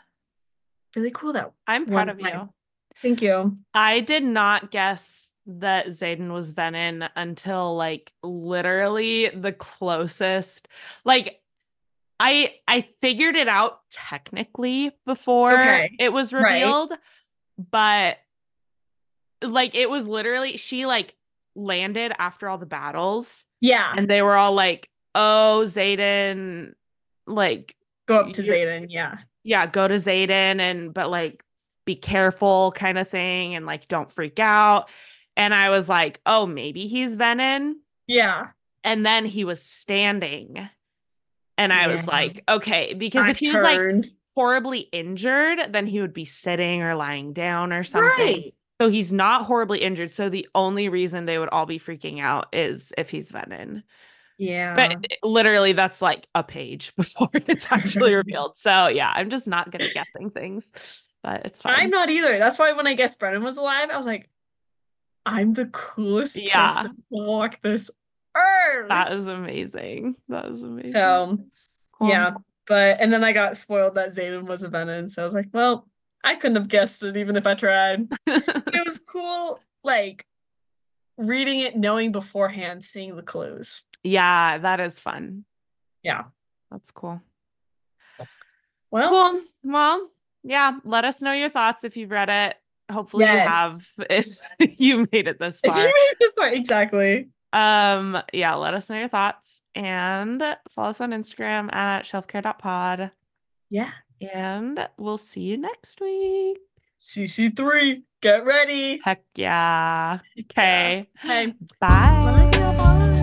[SPEAKER 2] really cool though
[SPEAKER 1] i'm
[SPEAKER 2] one
[SPEAKER 1] proud of
[SPEAKER 2] time.
[SPEAKER 1] you
[SPEAKER 2] thank you
[SPEAKER 1] I did not guess that Zayden was Venom until like literally the closest. Like I I figured it out technically before
[SPEAKER 2] Okay,
[SPEAKER 1] it was
[SPEAKER 2] right.
[SPEAKER 1] revealed, but like it was literally she like landed after all the battles
[SPEAKER 2] yeah
[SPEAKER 1] and they were all like, "Oh, Zayden like
[SPEAKER 2] go up to
[SPEAKER 1] you're-
[SPEAKER 2] zayden yeah
[SPEAKER 1] yeah, go to Zayden and but like be careful kind of thing and like don't freak out. And I was like, oh, maybe he's Venom.
[SPEAKER 2] yeah
[SPEAKER 1] And then he was standing. And I was
[SPEAKER 2] Yeah.
[SPEAKER 1] like, okay, because if
[SPEAKER 2] I've
[SPEAKER 1] he was like
[SPEAKER 2] turned.
[SPEAKER 1] horribly injured, then he would be sitting or lying down or something.
[SPEAKER 2] right
[SPEAKER 1] So he's not horribly injured. So the only reason they would all be freaking out is if he's Venom.
[SPEAKER 2] yeah
[SPEAKER 1] But it- literally, that's like a page before it's actually revealed. So yeah, I'm just not good at guessing things, but it's fine.
[SPEAKER 2] I'm not either. That's why when I guessed Brennan was alive, I was like, I'm the coolest
[SPEAKER 1] Yeah.
[SPEAKER 2] person to walk this earth.
[SPEAKER 1] That is amazing. That is amazing.
[SPEAKER 2] so,
[SPEAKER 1] Cool.
[SPEAKER 2] yeah. But, and then I got spoiled that Zayden was a Venom. So I was like, well, I couldn't have guessed it even if I tried. it was cool, like, reading it, knowing beforehand, seeing the clues.
[SPEAKER 1] yeah, that is fun.
[SPEAKER 2] Yeah.
[SPEAKER 1] That's cool.
[SPEAKER 2] Well,
[SPEAKER 1] Cool. Well, yeah. Let us know your thoughts if you've read it. Hopefully
[SPEAKER 2] Yes.
[SPEAKER 1] you have if you made it this
[SPEAKER 2] if you
[SPEAKER 1] far.
[SPEAKER 2] made it this far, exactly.
[SPEAKER 1] um, yeah, let us know your thoughts and follow us on Instagram at shelfcare.pod.
[SPEAKER 2] Yeah.
[SPEAKER 1] And we'll see you next week.
[SPEAKER 2] CC3, get ready.
[SPEAKER 1] Heck yeah. Okay.
[SPEAKER 2] Okay.
[SPEAKER 1] Bye.
[SPEAKER 2] Bye.